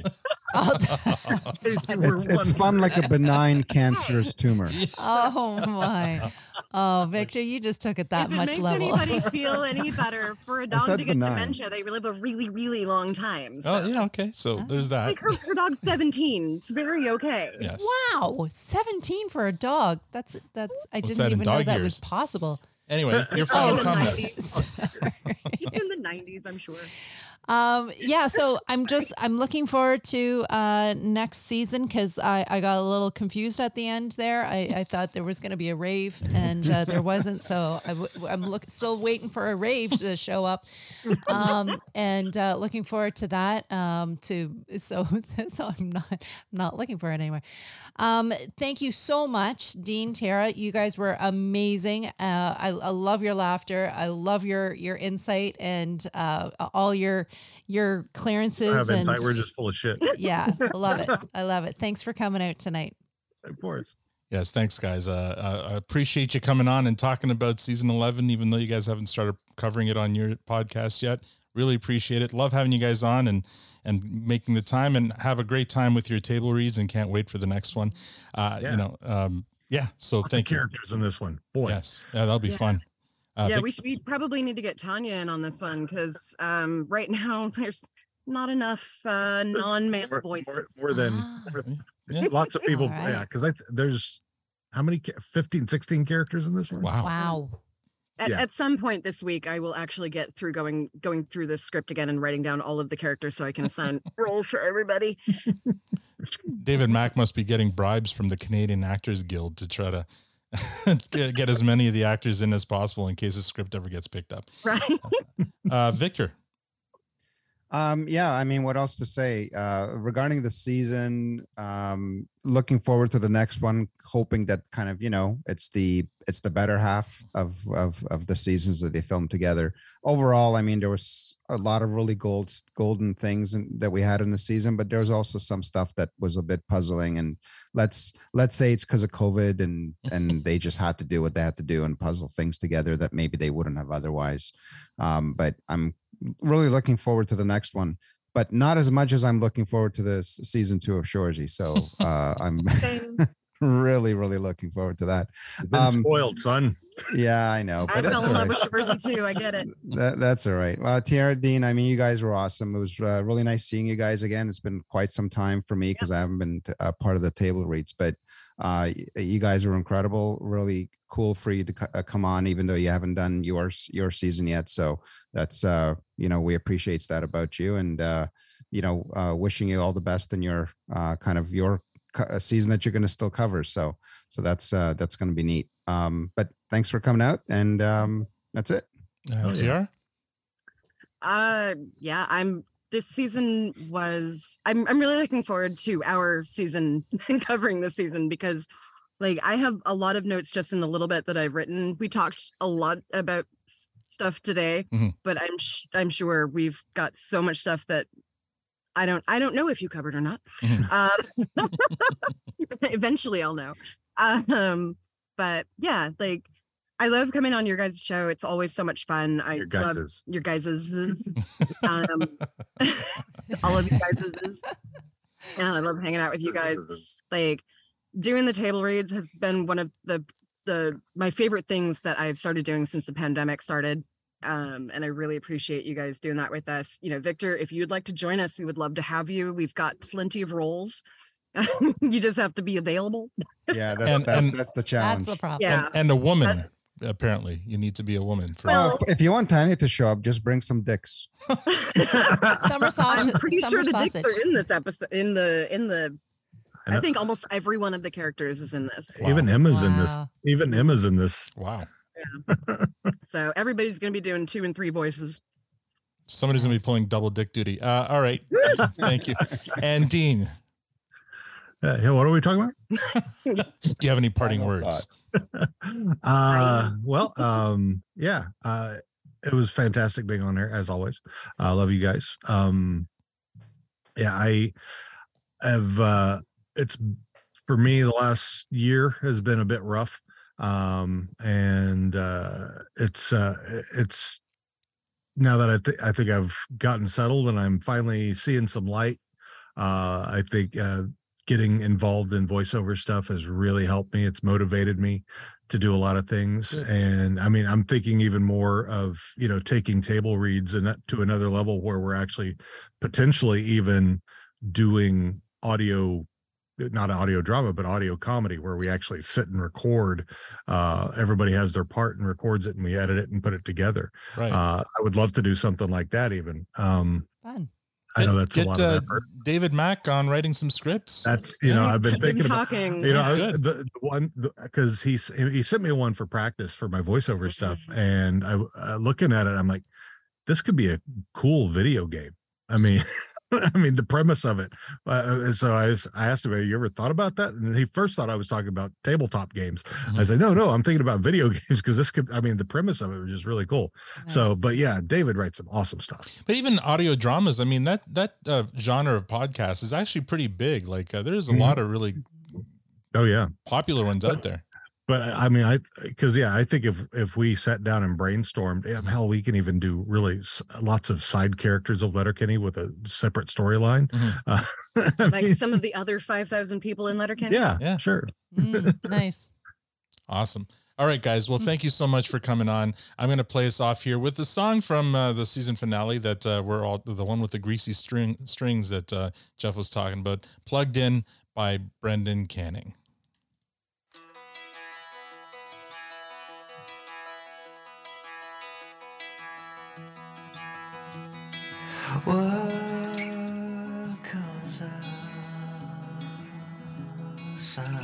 It's, it's fun like a benign cancerous tumor. Oh my. Oh, Victor, you just took it that if it much makes level. anybody feel any better for a dog to said get benign. dementia, they live a really, really long time. So. Uh-huh. Oh yeah, okay. So there's that. Like her, her dog's 17. It's very okay. Yes. Wow, 17 for a dog. That's that's I What's didn't that in even know dog that years? was possible. Anyway, your final Oh, comments. in the 90s, I'm sure. Um, yeah, so I'm just I'm looking forward to uh, next season because I, I got a little confused at the end there. I, I thought there was going to be a rave and uh, there wasn't, so I w- I'm look, still waiting for a rave to show up, um, and uh, looking forward to that. Um, to so so I'm not I'm not looking for it anywhere. Um, thank you so much, Dean Tara. You guys were amazing. Uh, I, I love your laughter. I love your your insight and uh, all your your I clearances have and insight. We're just full of shit. yeah, I love it. I love it. Thanks for coming out tonight. Of course. Yes, thanks, guys. Uh, I I appreciate you coming on and talking about season 11, even though you guys haven't started covering it on your podcast yet. Really appreciate it. Love having you guys on and and making the time and have a great time with your table reads and can't wait for the next one. Uh, Yeah. You know, um, yeah. So Lots of thank you. characters in this one. Boy. Yes, yeah, that'll be Yeah. fun. Uh, yeah, Vic- we, should, we probably need to get Tanya in on this one because um, right now there's not enough uh, non male More- voices. More, more than Ah, Yeah. lots of people. All right. Yeah, because there's how many ca- 15, 16 characters in this one? Wow. At, Yeah. at some point this week, I will actually get through going going through the script again and writing down all of the characters so I can assign roles for everybody. David Mack must be getting bribes from the Canadian Actors Guild to try to get, get as many of the actors in as possible in case the script ever gets picked up. Right. Uh, Victor. Um, yeah, I mean, what else to say uh, regarding the season? Um, looking forward to the next one, hoping that kind of you know it's the it's the better half of of of the seasons that they filmed together. Overall, I mean, there was a lot of really gold golden things in, that we had in the season, but there was also some stuff that was a bit puzzling. And let's let's say it's because of COVID, and and they just had to do what they had to do and puzzle things together that maybe they wouldn't have otherwise. Um, but I'm really looking forward to the next one, but not as much as I'm looking forward to this season two of Shorzy. So uh, I'm really, really looking forward to that. been spoiled, son. Yeah, I know, I but fell that's in all love right. with Shirley too. I get it. That, that's all right. Well, Tiara Dean, I mean, you guys were awesome. It was uh, really nice seeing you guys again. It's been quite some time for me because I haven't been t- uh, part of the table reads, but uh, y- you guys were incredible. Really cool for you to c- uh, come on, even though you haven't done your s- your season yet. So that's uh, you know we appreciate that about you, and uh, you know uh, wishing you all the best in your uh, kind of your co- uh, season that you're going to still cover. So so that's uh, that's going to be neat. Um, but thanks for coming out, and um, that's it. Uh, Tiara? Uh yeah, I'm this season was I'm I'm really looking forward to our season and covering this season because like I have a lot of notes just in the little bit that I've written. We talked a lot about s- stuff today, Mhm. but I'm sh- I'm sure we've got so much stuff that I don't I don't know if you covered or not. um, eventually I'll know. Um but yeah, like I love coming on your guys' show. It's always so much fun. I your guys's. love your guys's. um, all of you guys's. And I love hanging out with you guys. Like doing the table reads has been one of the the my favorite things that I've started doing since the pandemic started. Um, and I really appreciate you guys doing that with us. You know, Victor, if you'd like to join us, we would love to have you. We've got plenty of roles. you just have to be available. Yeah, that's And- that's, and- that's the challenge. Yeah. And, and a woman, apparently. You need to be a woman. For Well, if, if you want Tanya to show up, just bring some dicks. Summer sausage. I'm pretty summer sure the sausage. dicks are in this episode. In the in the, I I, know. think almost every one of the characters is in this. Even Emma's in this. Wow. Even Emma's in this. Wow. So everybody's going to be doing two and three voices. Somebody's gonna be pulling double dick duty. Uh, all right, thank you. And Dean, Uh, hey, what are we talking about? do you have any parting words? uh well um yeah uh it was fantastic being on here as always i love you guys um yeah i have uh it's for me the last year has been a bit rough um and uh it's uh it's now that i think i think i've gotten settled and i'm finally seeing some light uh i think uh getting involved in voiceover stuff has really helped me it's motivated me to do a lot of things and i mean i'm thinking even more of you know taking table reads and that to another level where we're actually potentially even doing audio not audio drama but audio comedy where we actually sit and record uh everybody has their part and records it and we edit it and put it together Right. uh i would love to do something like that even um Fun. i know that's Get- a lot get, of uh, effort David Mack on writing some scripts. that's you know Yeah. I've been I've been thinking about- talking. you know I- Good. the, the one because he s- he sent me one for practice for my voiceover stuff and I uh, looking at it I'm like this could be a cool video game I mean I mean the premise of it uh, and so I was, I asked him have you ever thought about that and he first thought I was talking about tabletop games I said no no I'm thinking about video games because this could I mean the premise of it was just really cool so but yeah David writes some awesome stuff But even audio dramas, I mean that that uh, genre of podcast is actually pretty big. Like uh, there's a Mhm. lot of really oh yeah popular ones out there. but I I mean, I because yeah, I think if if we sat down and brainstormed, yeah, hell, we can even do really s- lots of side characters of Letterkenny with a separate storyline. Uh, I like mean, some of the other 5,000 people in Letterkenny. yeah, yeah, sure. Mm, nice. Awesome. All right, guys. Well, thank you so much for coming on. I'm going to play us off here with the song from uh, the season finale that uh, we're all the one with the greasy string strings that uh, Jeff was talking about, plugged in by Brendan Canning. What comes out sound?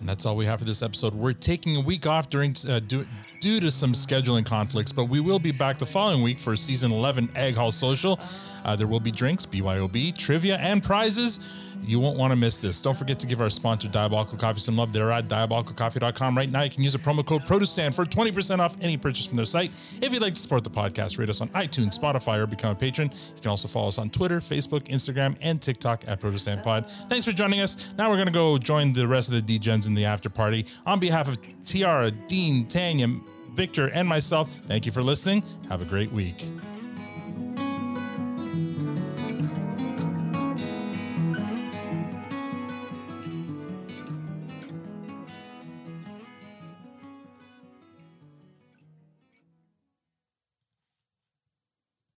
And that's all we have for this episode. We're taking a week off during uh, due, due to some scheduling conflicts, but we will be back the following week for season 11 Egg Hall Social. Uh, there will be drinks, BYOB, trivia, and prizes. You won't want to miss this. Don't forget to give our sponsor Diabolical Coffee some love. They're at diabolicalcoffee.com right now. You can use a promo code PRODUCESTAN for 20% off any purchase from their site. If you'd like to support the podcast, rate us on iTunes, Spotify, or become a patron. You can also follow us on Twitter, Facebook, Instagram, and TikTok at Protestant Pod. Thanks for joining us. Now we're going to go join the rest of the DGens in the after party. On behalf of Tiara, Dean, Tanya, Victor, and myself, thank you for listening. Have a great week.